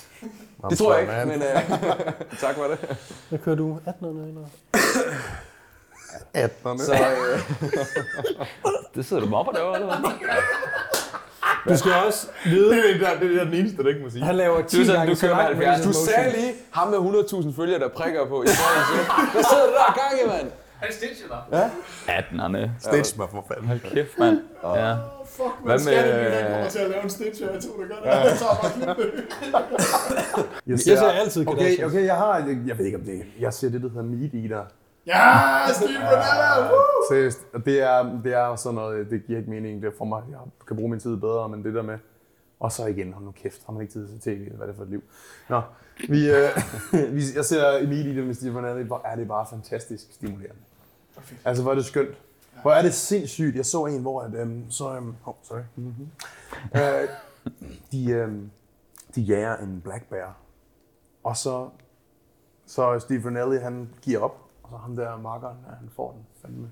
C: Det tror jeg ikke, men uh, tak for det.
A: hvad kører du? 1800 eller?
C: Så, uh,
B: Det sidder du med op og laver, eller hvad?
A: Du skal også vide,
E: Det er, der, det er den eneste, der ikke må sige.
A: han laver 10
B: sådan,
A: gange
B: du kører med
A: langt
B: 70.
A: range
C: du
A: of motion.
C: sagde lige ham med 100.000 følgere, der prikker på. i forhold til- Hvad sidder du der gang i, mand?
F: Han stitcher dig.
B: 18'erne.
E: Stage mig for fanden.
B: Kæft, mand. Ja.
D: Oh, fuck,
B: Hvad
D: man
B: med- øh,
D: skal det blive, han kommer til at lave en stitch, og jeg tror, det gør det. Jeg tager bare klippet.
E: Jeg
A: Jeg ser altid
E: Okay,
A: Kardashians.
E: okay, jeg har, jeg ved ikke om det er- jeg ser det, der hedder meat eater.
D: Ja, Steve Renata, woo!
E: Seriøst, og det er, det er sådan noget, det giver ikke mening, det er for mig, jeg kan bruge min tid bedre, men det der med, og så igen, hold nu kæft, har man ikke tid til tv, hvad er det for et liv? Nå, vi, øh, vi jeg ser Emil i det med Stefan Adler, hvor er det bare fantastisk stimulerende. Altså, hvor er det skønt. Hvor er det sindssygt. Jeg så en, hvor at, øhm, så, øhm, oh, sorry. Mm-hmm. Øh, de, øhm, de jager en black bear, og så, så Steve Renelli, han giver op, og så ham der markeren, ja, han får den fandme.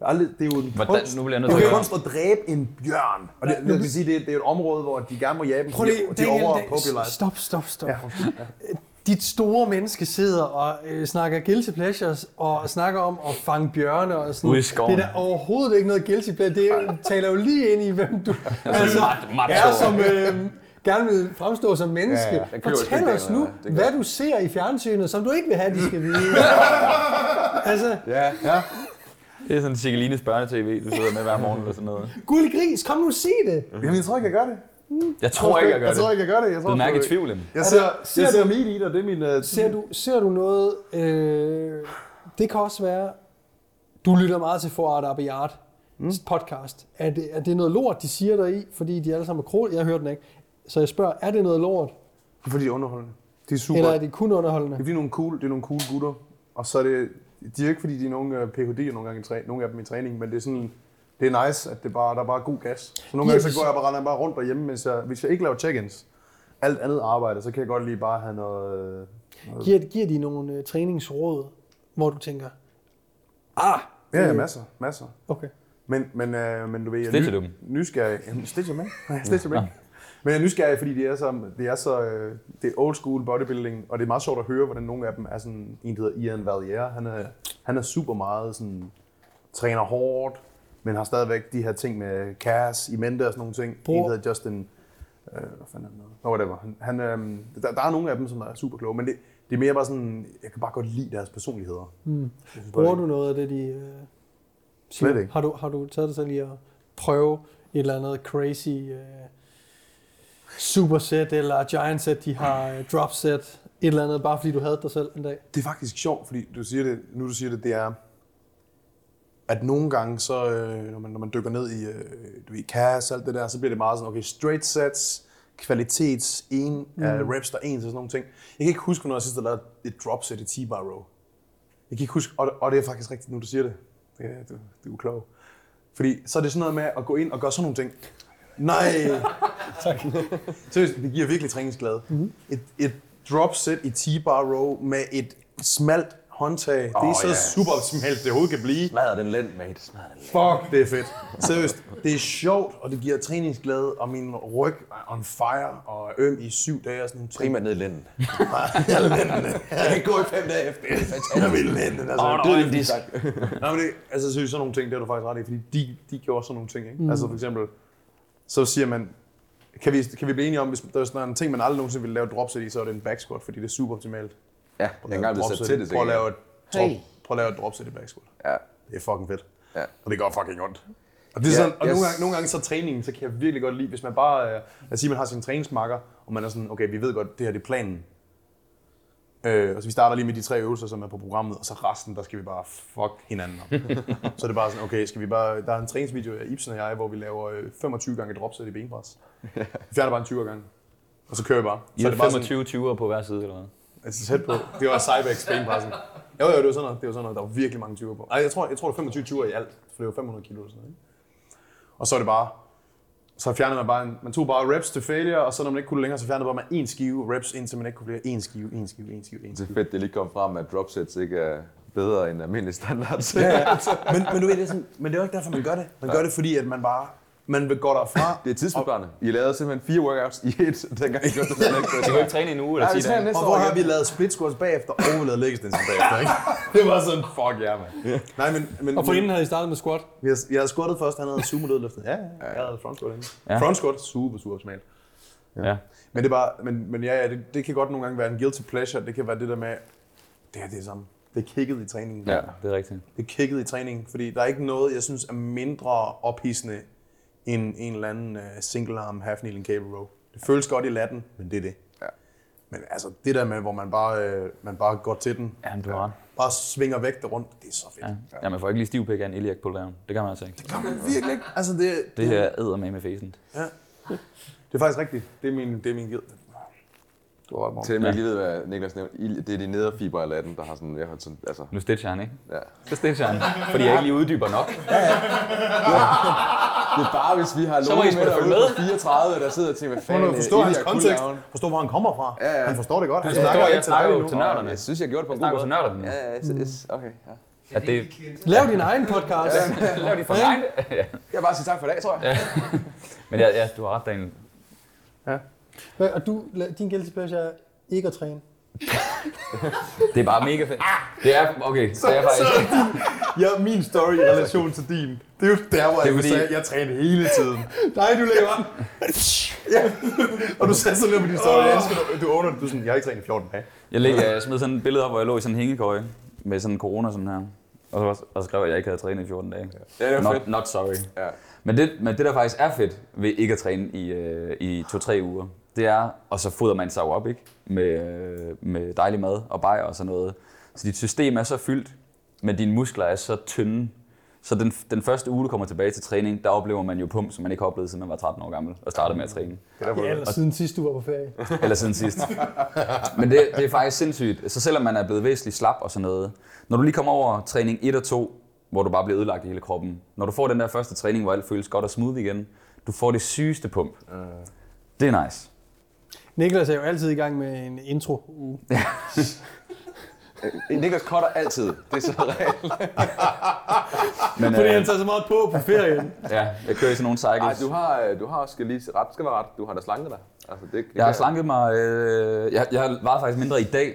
E: Jeg har Aldrig, det er jo en
B: Hvordan-
E: kunst,
B: nu bliver jeg nødt
E: det
B: til
E: er
B: at
E: jo
B: gøre-
E: kunst at dræbe en bjørn. Og det, jeg vil sige, det, er- det er et område, hvor de gerne må jage dem,
A: Prøv
E: fordi
A: lige,
E: de
A: Daniel,
E: overpopulærer.
A: det- stop, stop, stop. Dit store menneske sidder og øh, snakker guilty pleasures, og snakker om at fange bjørne og sådan.
B: Ude i skoven.
A: Det er da overhovedet ikke noget guilty pleasure. Det er- taler jo lige ind i, hvem du altså,
B: ret- ret
A: er,
B: stor.
A: som øh, gerne vil fremstå som menneske.
E: Ja, ja.
A: Ja,
C: Den køber
A: Fortæl
C: ikke
A: os
C: den,
A: nu,
C: eller hvad? Det gør
A: hvad du ser i fjernsynet, som du ikke vil have, de skal vide. altså,
C: Ja,
B: Det er sådan Cigelines børnetv, du sidder med hver morgen eller sådan noget.
A: guld gris, kom nu sig det.
E: Jamen, jeg tror ikke, jeg gør det.
B: Jeg tror ikke, jeg gør
E: jeg tror
B: det.
E: ikke, jeg gør det. Jeg tror,
B: Du mærker
E: sgu-
B: tvivlen.
E: Jeg ser,
A: ser
E: jeg
A: du-
E: ser meat eater, det er min... øh,
A: Ser du, ser du noget... Øh, det kan også være... Du lytter meget til Forart Abiyard mm. podcast. Er det, er det noget lort, de siger dig i? Fordi de alle sammen er krol. Jeg hørte den ikke. Så jeg spørger, er det noget lort?
E: Fordi de er underholdende. De er super.
A: Eller
E: Eller
A: er
E: det...
A: det kun
E: er
A: underholdende?
E: fordi nogle cool, det er nogle cool gutter. Og så er det... De er ikke fordi, de er nogle øh, PhD'er nogle gange i træ, nogle af dem i træning, men det er sådan... Det er nice, at det bare, der er bare god gas. Så nogle gange så går jeg bare, render jeg bare rundt derhjemme, mens jeg, hvis jeg ikke laver check-ins. Alt andet arbejde, så kan jeg godt lige bare have noget... øh,
A: Giver, giver de nogle øh, træningsråd, hvor du tænker, ah,
E: Ja, ja, masser, masser.
A: Okay.
E: Men, men, øh, men du ved, jeg
B: Stitcher
E: ny-
B: du dem?
E: nysgerrig. Jamen, stitcher dem, ikke? Nej, stitcher dem, ikke? Men jeg er nysgerrig, fordi det er så, det er så øh, det er old school bodybuilding, og det er meget sjovt at høre, hvordan nogle af dem er sådan, en der hedder Ian Valier, han er, han er super meget sådan, træner hårdt, men har stadigvæk de her ting med cash i mente og sådan nogle ting.
A: Bror.
E: En hedder Justin, øh, hvad fanden er han? hedder? Nå, whatever. Han, han, øh, der, der, er nogle af dem, som er super kloge, men det, det er mere bare sådan, jeg kan bare godt lide deres personligheder. Mm.
A: Hmm. Bruger du noget af det, de øh, siger?
E: Slet ikke.
A: Har du, har du taget dig selv i at prøve et eller andet crazy øh, superset eller giant set, de har øh, drop set, et eller andet, bare fordi du havde dig selv en dag?
E: Det er faktisk sjovt, fordi du siger det, nu du siger det, det er, at nogle gange, så, øh, når, man, når man dykker ned i, øh, du ved, kaos alt det der, så bliver det meget sådan, okay, straight sets, kvalitets, en, mm. uh, reps, der er ens og sådan nogle ting. Jeg kan ikke huske, hvornår jeg sidst har lavet et drop set i T-bar row. Jeg kan ikke huske, og, og det er faktisk rigtigt, nu du siger det. Ja, du, du er klog. Fordi så er det sådan noget med at gå ind og gøre sådan nogle ting. Nej! tak. Seriøst, det giver virkelig træningsglæde. Mm-hmm. Et, et drop set i T-bar row med et smalt håndtag. Oh, det er så
C: ja.
E: super optimalt, det overhovedet kan blive.
C: Smadrer den lænd, mate. Smadrer den lænd.
E: Fuck, det er fedt. Seriøst, det er sjovt, og det giver træningsglæde, og min ryg er on fire og er øm i syv dage og sådan nogle ting.
C: Primært ned i lænden.
E: Jeg lændene.
C: Jeg kan gå i fem dage efter. Det er
E: Jeg
C: fantastisk.
E: vil lændene. Altså,
B: Åh, der
E: det
B: var
E: er
B: en
E: det,
B: disk.
E: Nej, men det, altså seriøst, sådan nogle ting, det er du faktisk ret i, fordi de, de gjorde sådan nogle ting, ikke? Altså for eksempel, så siger man, kan vi, kan vi blive enige om, hvis der er sådan en ting, man aldrig nogensinde ville lave et dropset i, så er det en back squat, fordi det er super optimalt.
C: Ja, jeg er engang blevet sat
E: Dropset.
C: til det.
E: Prøv at
C: tænker jeg.
E: lave et, drop, prøv at lave et dropset i back squat.
C: Ja.
E: Det er fucking fedt.
C: Ja.
E: Og det gør fucking ondt. Og, det er
C: Ja,
E: sådan, og
C: jeg
E: nogle,
C: s-
E: gange, nogle gange så træningen, så kan jeg virkelig godt lide, hvis man bare, øh, lad os sige, man har sin træningsmarker, og man er sådan, okay, vi ved godt, det her det er planen. Øh, og så vi starter lige med de tre øvelser, som er på programmet, og så resten, der skal vi bare fuck hinanden op. så er det bare sådan, okay, skal vi bare, der er en træningsvideo af Ibsen og jeg, hvor vi laver øh, 25 gange et dropset i benpres. Vi fjerner bare en 20 gange. Og så kører vi bare.
B: I
E: så
B: er
E: er det bare sådan,
B: 25 20'er på hver side, eller hvad?
E: Altså tæt på. Det var Cybex benpressen. Jo, jo, det var sådan noget. Det var sådan noget. Der var virkelig mange 20'er på. Ej, jeg tror, jeg tror, det var 25 20'er i alt, for det var 500 kilo eller sådan noget. Ikke? Og så er det bare... Så fjernede man bare en, man tog bare reps til failure, og så når man ikke kunne længere, så fjernede bare man en skive reps, indtil man ikke kunne flere. En skive, en skive, en skive, en
C: Det
E: skive.
C: er fedt, det lige kom frem, at dropsets ikke er bedre end almindelig standard.
E: Ja, ja. Men, men du ved, det er sådan, men det er jo ikke derfor, man gør det. Man gør det, fordi at man bare, man vil gå derfra.
C: Det er tidsbesparende. I lavede simpelthen fire workouts i et, dengang I gjorde det sådan ikke.
B: Du kan ikke træne i en uge eller
C: Ja, vi
B: 10
C: tager
B: dage.
C: næste
E: Og
C: år
E: hvor har
C: igen.
E: vi lavet split squats bagefter, og vi lavet læggestensen bagefter, ikke? Det var sådan, fuck ja, yeah, mand. Nej, men, men,
A: Og for inden havde I startet med squat.
E: Jeg, jeg havde squattet først, han havde sumo løftet. Ja, ja, jeg havde front squat inden. Ja. Front squat, super, super smalt.
B: Ja.
E: Men det er bare, men, men ja, ja det, det, kan godt nogle gange være en guilty pleasure. Det kan være det der med, det er det samme. Det er kigget i træningen.
B: ja, det er rigtigt.
E: Det er kigget i træningen, fordi der er ikke noget, jeg synes er mindre ophidsende end en eller anden uh, single arm half kneeling cable row. Det føles godt i latten, men det er det.
C: Ja.
E: Men altså det der med, hvor man bare, uh, man bare går til den,
B: Jamen, du har ret.
E: bare svinger vægter rundt, det er så fedt. Ja.
B: Ja. Jamen, jeg får ikke lige stiv pik af en iliac pulldown. Det kan man altså ikke.
E: Virkelig ikke? Altså det,
B: Det her æder med med fesen.
E: Det er faktisk rigtigt. Det er min, det er min gid. Du har ret, Morten.
C: Til at man ikke lige ved, hvad Niklas nævnte. I- Det er de nederfibre af latten, der har sådan, jeg har sådan, altså,
B: Nu stitcher han, ikke?
C: ja.
B: Så stitcher han, fordi jeg ikke lige uddyber nok.
C: Det er bare, hvis vi har
B: må I
C: nogen
B: sgu
C: med
B: da følge
C: derude på 34, der sidder og tænker, hvad
E: Prøv
C: fanden
E: nu at forstå hans
C: Ilya
E: kontekst.
C: Kuldavn?
E: Forstå, hvor han kommer fra.
C: Ja, ja.
E: Han forstår det godt. Han
B: Jeg
E: ikke
B: jeg snakker jo
E: dig
B: til
E: nu.
B: nørderne.
C: Jeg synes, jeg gjorde det på en
B: Jeg
C: god
B: snakker
C: måde.
B: til nørderne.
C: Ja, ja, yes, yes, okay. Ja.
B: At det
A: Lav din egen podcast.
B: laver de for mig. Ja.
C: Jeg vil bare sige tak for i dag, tror jeg.
B: Men ja, ja, du har ret, Daniel.
A: Hvad, og du, la- din guilty pleasure er ikke at træne.
B: Det er bare mega fedt. Det er, okay, Ah! så er jeg faktisk...
E: Ja, min story i relation til din. Det er jo der, hvor
B: Det er
E: jeg
B: fordi-
E: sagde, at jeg træner hele tiden.
A: Nej, du lægger op.
E: Og du sagde så lidt på din story. Jeg elsker, du, du åbner det. Du er sådan, jeg har ikke trænet i 14 dage.
B: Jeg, lægger, jeg smed sådan et billede op, hvor jeg lå i sådan en hængekøje med sådan en corona sådan her. Og så, var- og så skrev jeg, at jeg ikke havde trænet i 14 dage.
C: Ja, det var
B: not,
C: fedt.
B: not sorry.
C: Ja.
B: Men det, men det, der faktisk er fedt ved ikke at træne i, øh, i to-tre uger, det er, og så fodrer man sig jo op, ikke? Med, øh, med dejlig mad og bajer og sådan noget. Så dit system er så fyldt, men dine muskler er så tynde. Så den, den første uge, du kommer tilbage til træning, der oplever man jo pump, som man ikke har oplevet, siden man var 13 år gammel og startede med at træne.
A: Ja, eller siden sidst du var på ferie.
B: Eller siden sidst. Men det, det er faktisk sindssygt. Så selvom man er blevet væsentligt slap og sådan noget, når du lige kommer over træning 1 og 2, hvor du bare bliver ødelagt i hele kroppen, når du får den der første træning, hvor alt føles godt og smooth igen, du får det sygeste pump. Det er nice.
A: Niklas er jo altid i gang med en intro.
C: Øh, Niklas cutter altid. Det er så rigtigt.
B: Men,
A: Fordi
B: øh,
A: han tager så meget på på ferien.
B: ja, jeg kører i sådan nogle cycles.
C: Ej, du har, øh, du har også skal lige ret skal være ret. Du har da slanket dig. Altså, det, det
B: Jeg har slanket mig... Øh, jeg, jeg var faktisk mindre i dag,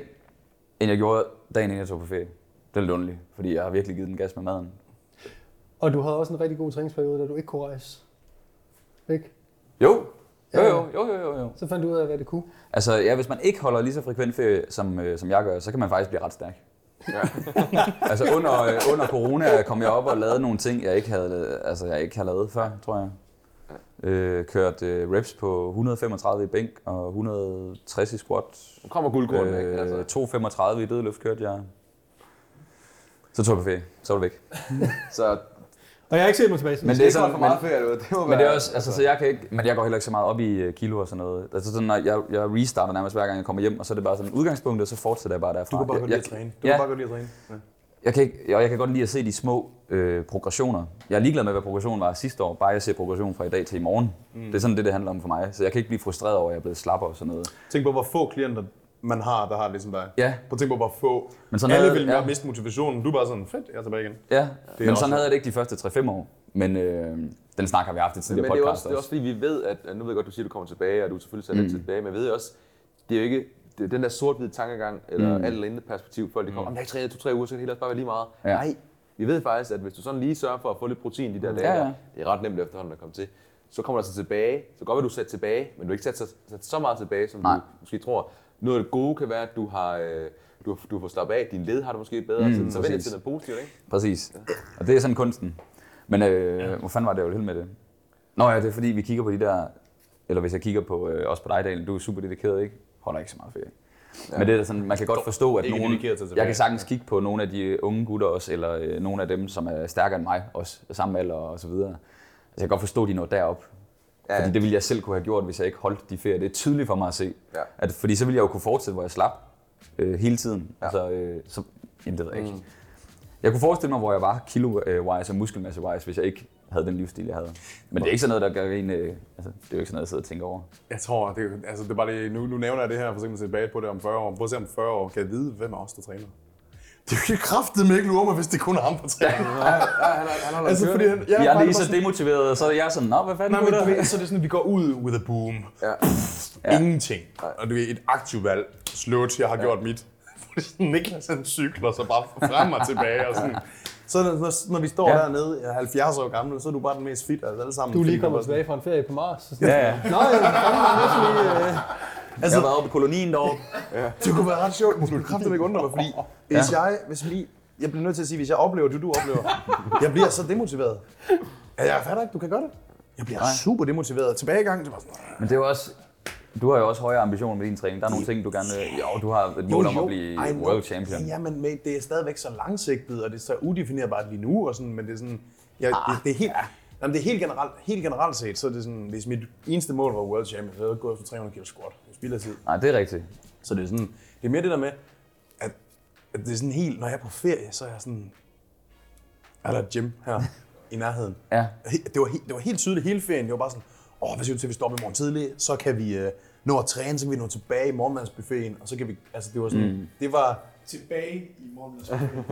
B: end jeg gjorde dagen inden jeg tog på ferie. Det er lidt underligt, fordi jeg har virkelig givet den gas med maden.
A: Og du havde også en rigtig god træningsperiode, da du ikke kunne rejse. Ikke?
B: Jo, jo, jo, jo, jo, jo. jo.
A: Så fandt du ud af, hvad det kunne.
B: Altså, ja, hvis man ikke holder lige så frekvent ferie, som, øh, som jeg gør, så kan man faktisk blive ret stærk. Ja. altså, under, øh, under corona kom jeg op og lavede nogle ting, jeg ikke havde, altså, jeg ikke havde lavet før, tror jeg. Øh, kørt øh, reps på 135 i bænk og 160 i squat.
C: Nu kommer guldkornet, øh, ikke? Altså,
B: Øh, 2.35 i dødløft kørte jeg. Så tog jeg på ferie. Så var det væk.
C: så,
A: Og jeg har ikke set mig tilbage siden.
B: Men
A: Men
B: det er
C: så
B: sådan,
C: for
B: men,
C: meget ferie, du. Det må
B: men det er også, altså, så jeg kan ikke, men jeg går heller ikke så meget op i øh, kilo og sådan noget. Altså sådan, når jeg, jeg restarter nærmest hver gang jeg kommer hjem, og så er det bare sådan udgangspunktet, og så fortsætter jeg bare derfra.
E: Du kan bare
B: Jeg-
E: godt lide
B: jeg-
E: at træne. Du
B: ja.
E: kan bare godt lide at træne. Ja.
B: Jeg kan, ikke, og jeg kan godt lide at se de små øh, progressioner. Jeg er ligeglad med, hvad progressionen var sidste år, bare jeg ser progression fra i dag til i morgen. Mm. Det er sådan det, det handler om for mig. Så jeg kan ikke blive frustreret over, at jeg er blevet slappere og sådan noget.
E: Tænk på, hvor få klienter man har, der har ligesom dig.
B: Ja.
E: Prøv at tænke på, hvor få.
B: Men sådan
E: Men sådan Alle
B: havde-
E: vil ja.
B: ja.
E: miste motivationen. Du er bare sådan, fedt, jeg er tilbage igen.
B: Ja, men
E: også-
B: sådan havde jeg det ikke de første 3-5 år. Men øh, den snak har vi haft i tidligere
C: men det er,
B: podcast
C: også, det er også fordi, vi ved, at at nu ved jeg godt, du siger, at du kommer tilbage, og du er selvfølgelig sat mm. tilbage, men jeg ved også, det er jo ikke det er den der sort-hvide tankegang, eller mm. alt eller intet perspektiv, folk de kommer, om der er ikke trænet to-tre uger, så kan det hele også bare være lige meget.
B: Ja.
C: Ja. Nej, vi ved faktisk, at hvis du sådan lige sørger for at få lidt protein de der dage,
B: Ja,
C: ja,
B: ja.
C: ja. det er ret nemt efterhånden at komme til, så kommer der så tilbage, så godt vil du er sat tilbage, men du er ikke sat så, sat så meget tilbage, som
B: Nej.
C: du måske tror. Noget af det gode kan være, at du har, øh, du, har- du får slappet af, din led har det måske bedre, mm, så, så vend det
B: præcis.
C: til noget positivt, ikke?
B: Præcis. Og det er sådan kunsten. Men øh, ja. hvor fanden var det, jeg ville hen med det? Nå ja, det er fordi, vi kigger på de der... Eller hvis jeg kigger på, øh, også på dig, Daniel, du er super dedikeret, ikke? Holder ikke så meget ferie. Ja. Men det er da sådan, man kan godt forstå, at
E: ikke
B: nogen,
E: dedikeret til tilbage.
B: jeg kan sagtens kigge på nogle af de unge gutter også, eller øh, nogle af dem, som er stærkere end mig, også samme alder og så videre. Altså, jeg kan godt forstå, at de når derop. Ja. Fordi det ville jeg selv kunne have gjort, hvis jeg ikke holdt de ferier. Det er tydeligt for mig at se.
C: Ja.
B: At, fordi så ville jeg jo kunne fortsætte, hvor jeg slap øh, hele tiden. Ja. Altså, øh, så, jamen, det ved jeg ikke. Mm. Jeg kunne forestille mig, hvor jeg var kilo-wise og muskelmasse-wise, hvis jeg ikke havde den livsstil, jeg havde. Men det er ikke sådan noget, der gør en... øh, Altså, det er jo ikke sådan noget, jeg sidder og tænker over.
E: Jeg tror, det, er- altså, det er bare lige, nu, nu nævner jeg det her, for så kan man se tilbage på det om 40 år. Prøv at se om 40 år, kan jeg vide, hvem af os, der træner? Det kan kraftedeme ikke lure mig, hvis det kun er ham, der træner. altså, fordi han,
B: Ja, jeg er
E: bare-
B: lige så demotiveret, og så er jeg sådan, nå, hvad fanden
E: Nej, men
B: gutter?"
E: du ved, så er det sådan, at vi går ud with a boom. Ja. Pff, ja. Ingenting. Og du er et aktivt valg. Slut, jeg har ja. gjort mit. Fordi Niklas han cykler så bare frem og tilbage. Og sådan. Så når, når- når vi står
B: Ja.
E: ja. dernede, jeg er 70 år gammel, så er du bare den mest fit af os alle sammen.
A: du er lige
E: Fordi
A: kommet
E: bare sådan-
A: tilbage fra en ferie på Mars. Så
B: Ja, ja.
A: Nå, ja, fanden, man er sådan lige, øh,
B: Jeg har været oppe i kolonien derovre.
E: Det kunne være ret sjovt, hvis du kræfter mig undre mig, fordi hvis jeg, hvis vi, jeg bliver nødt til at sige, hvis jeg oplever det, du oplever, jeg bliver så demotiveret. Ja, Jeg fatter ikke, du kan gøre det. Jeg bliver super demotiveret. Tilbagegang, det var sådan,
B: Men det er jo også... Du har jo også højere ambitioner med din træning. Der er nogle ting, du gerne vil... Jo, du har et mål om at blive
E: I know.
B: world champion.
E: Ja, men mate, det er stadigvæk så langsigtet, og det er så udefinerbart lige nu, og sådan, men det er sådan, ja,
B: Ah,
E: det, det, er helt, jamen, det er helt generelt, helt generelt set, så er det sådan, hvis mit eneste mål var world champion, så havde jeg gået for 300 kilo squat. Det spilder tid.
B: Nej, det er rigtigt.
E: Så det er sådan, det er mere det der med, at, at det er sådan helt, når jeg er på ferie, så er jeg sådan, er der et gym her i nærheden?
B: Ja.
E: He- Det var, he- det var helt tydeligt hele ferien, det var bare sådan, åh, hvad siger du til, at vi stopper i morgen tidlig, så kan vi øh, nå at træne, så kan vi nå tilbage i morgenmadsbuffeten, og så kan vi, altså det var sådan, mm. det var,
D: Tilbage i morgen.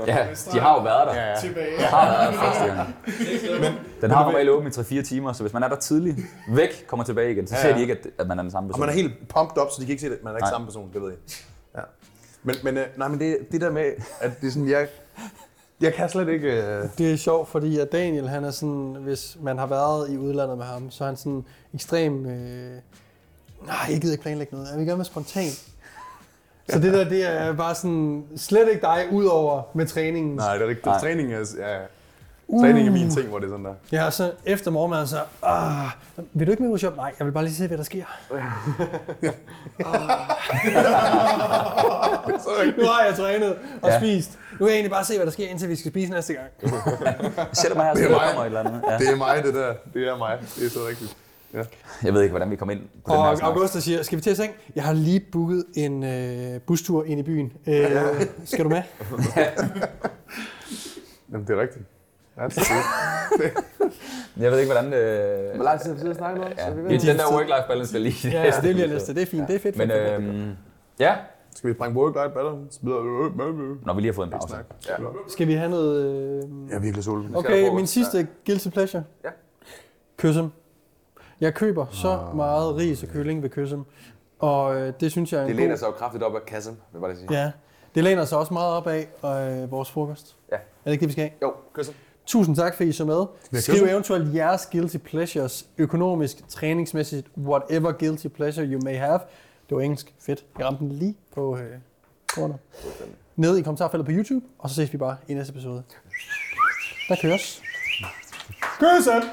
B: Ja, de har jo været der. Ja,
D: Tilbage.
B: Har været der første gang. Den har normalt åbent i 3-4 timer, så hvis man er der tidligt, væk, kommer tilbage igen, så ser de ikke, at, at man er den samme person.
E: Og man er helt pumped op, så de kan ikke se det. Man er ikke
B: Nej.
E: samme person, det ved jeg. Ja. Men, men, øh, nej, men det, det der med, at det er sådan, jeg, jeg kan slet ikke... Øh,
A: Det er sjovt, fordi at Daniel, han er sådan, hvis man har været i udlandet med ham, så er han sådan ekstrem... Øh, Nej, jeg gider ikke planlægge noget. Jeg vil gerne være spontan. Så det der, det er bare sådan slet ikke dig, udover med træningen.
E: nej, det er rigtigt.
B: Nej. Uh.
E: Træning er, ja, træning er min ting, hvor det er sådan der.
A: Ja, og så efter morgenmaden, så... Ah, vil du ikke med ud og shoppe? Nej, jeg vil bare lige se, hvad der sker. nu har jeg trænet og
B: Ja.
A: ja. spist. Nu vil jeg egentlig bare se, hvad der sker, indtil vi skal spise næste gang.
B: Sætter mig her, så
E: Det
B: der
E: er mig.
B: kommer et eller andet. Ja.
E: Det er mig, det der. Det er mig. Det er så rigtigt.
B: Jeg ved ikke, hvordan vi kom ind på den her
A: Og
B: snak.
A: Augusta siger, skal vi til at seng? Jeg har lige booket en øh, bustur ind i byen. Øh, skal du med?
E: Jamen, det er rigtigt. That's it.
B: Jeg ved ikke, hvordan... Øh...
C: Hvor lang tid har vi siddet og snakket om?
B: Ja.
C: Så vi ved-
B: Den der work-life balance, der lige...
C: øh,
A: Ja, ja, det bliver næste. Det er fint. Det er fedt.
B: Men
A: fedt, fedt, fedt.
B: øhm, ja,
E: Skal vi sprænge work life balance? Så bliver-
B: Når vi lige har fået en pause.
E: Snak.
A: Skal vi have noget... Øh...
E: Jeg er virkelig sulten.
A: Okay,
C: frokost.
A: min sidste guilty pleasure.
C: Ja.
A: Kyssem. Jeg køber så meget ris og kylling ved Kyssem. Og øh, det synes jeg er en
C: Det læner
A: god...
C: sig jo kraftigt op af kassen, vil jeg bare lige sige.
A: Ja, det læner sig også meget op af øh, vores frokost.
C: Ja.
A: Er det ikke det, vi skal have?
C: Jo, kysser.
A: Tusind tak, fordi I så med.
E: jeg
A: Skriv
E: kysse?
A: eventuelt jeres guilty pleasures, økonomisk, træningsmæssigt, whatever guilty pleasure you may have. Det var engelsk. Fedt. Jeg ramte den lige på øh, corner. Nede i kommentarfeltet på YouTube, og så ses vi bare i næste episode. Der køres. Kyssen!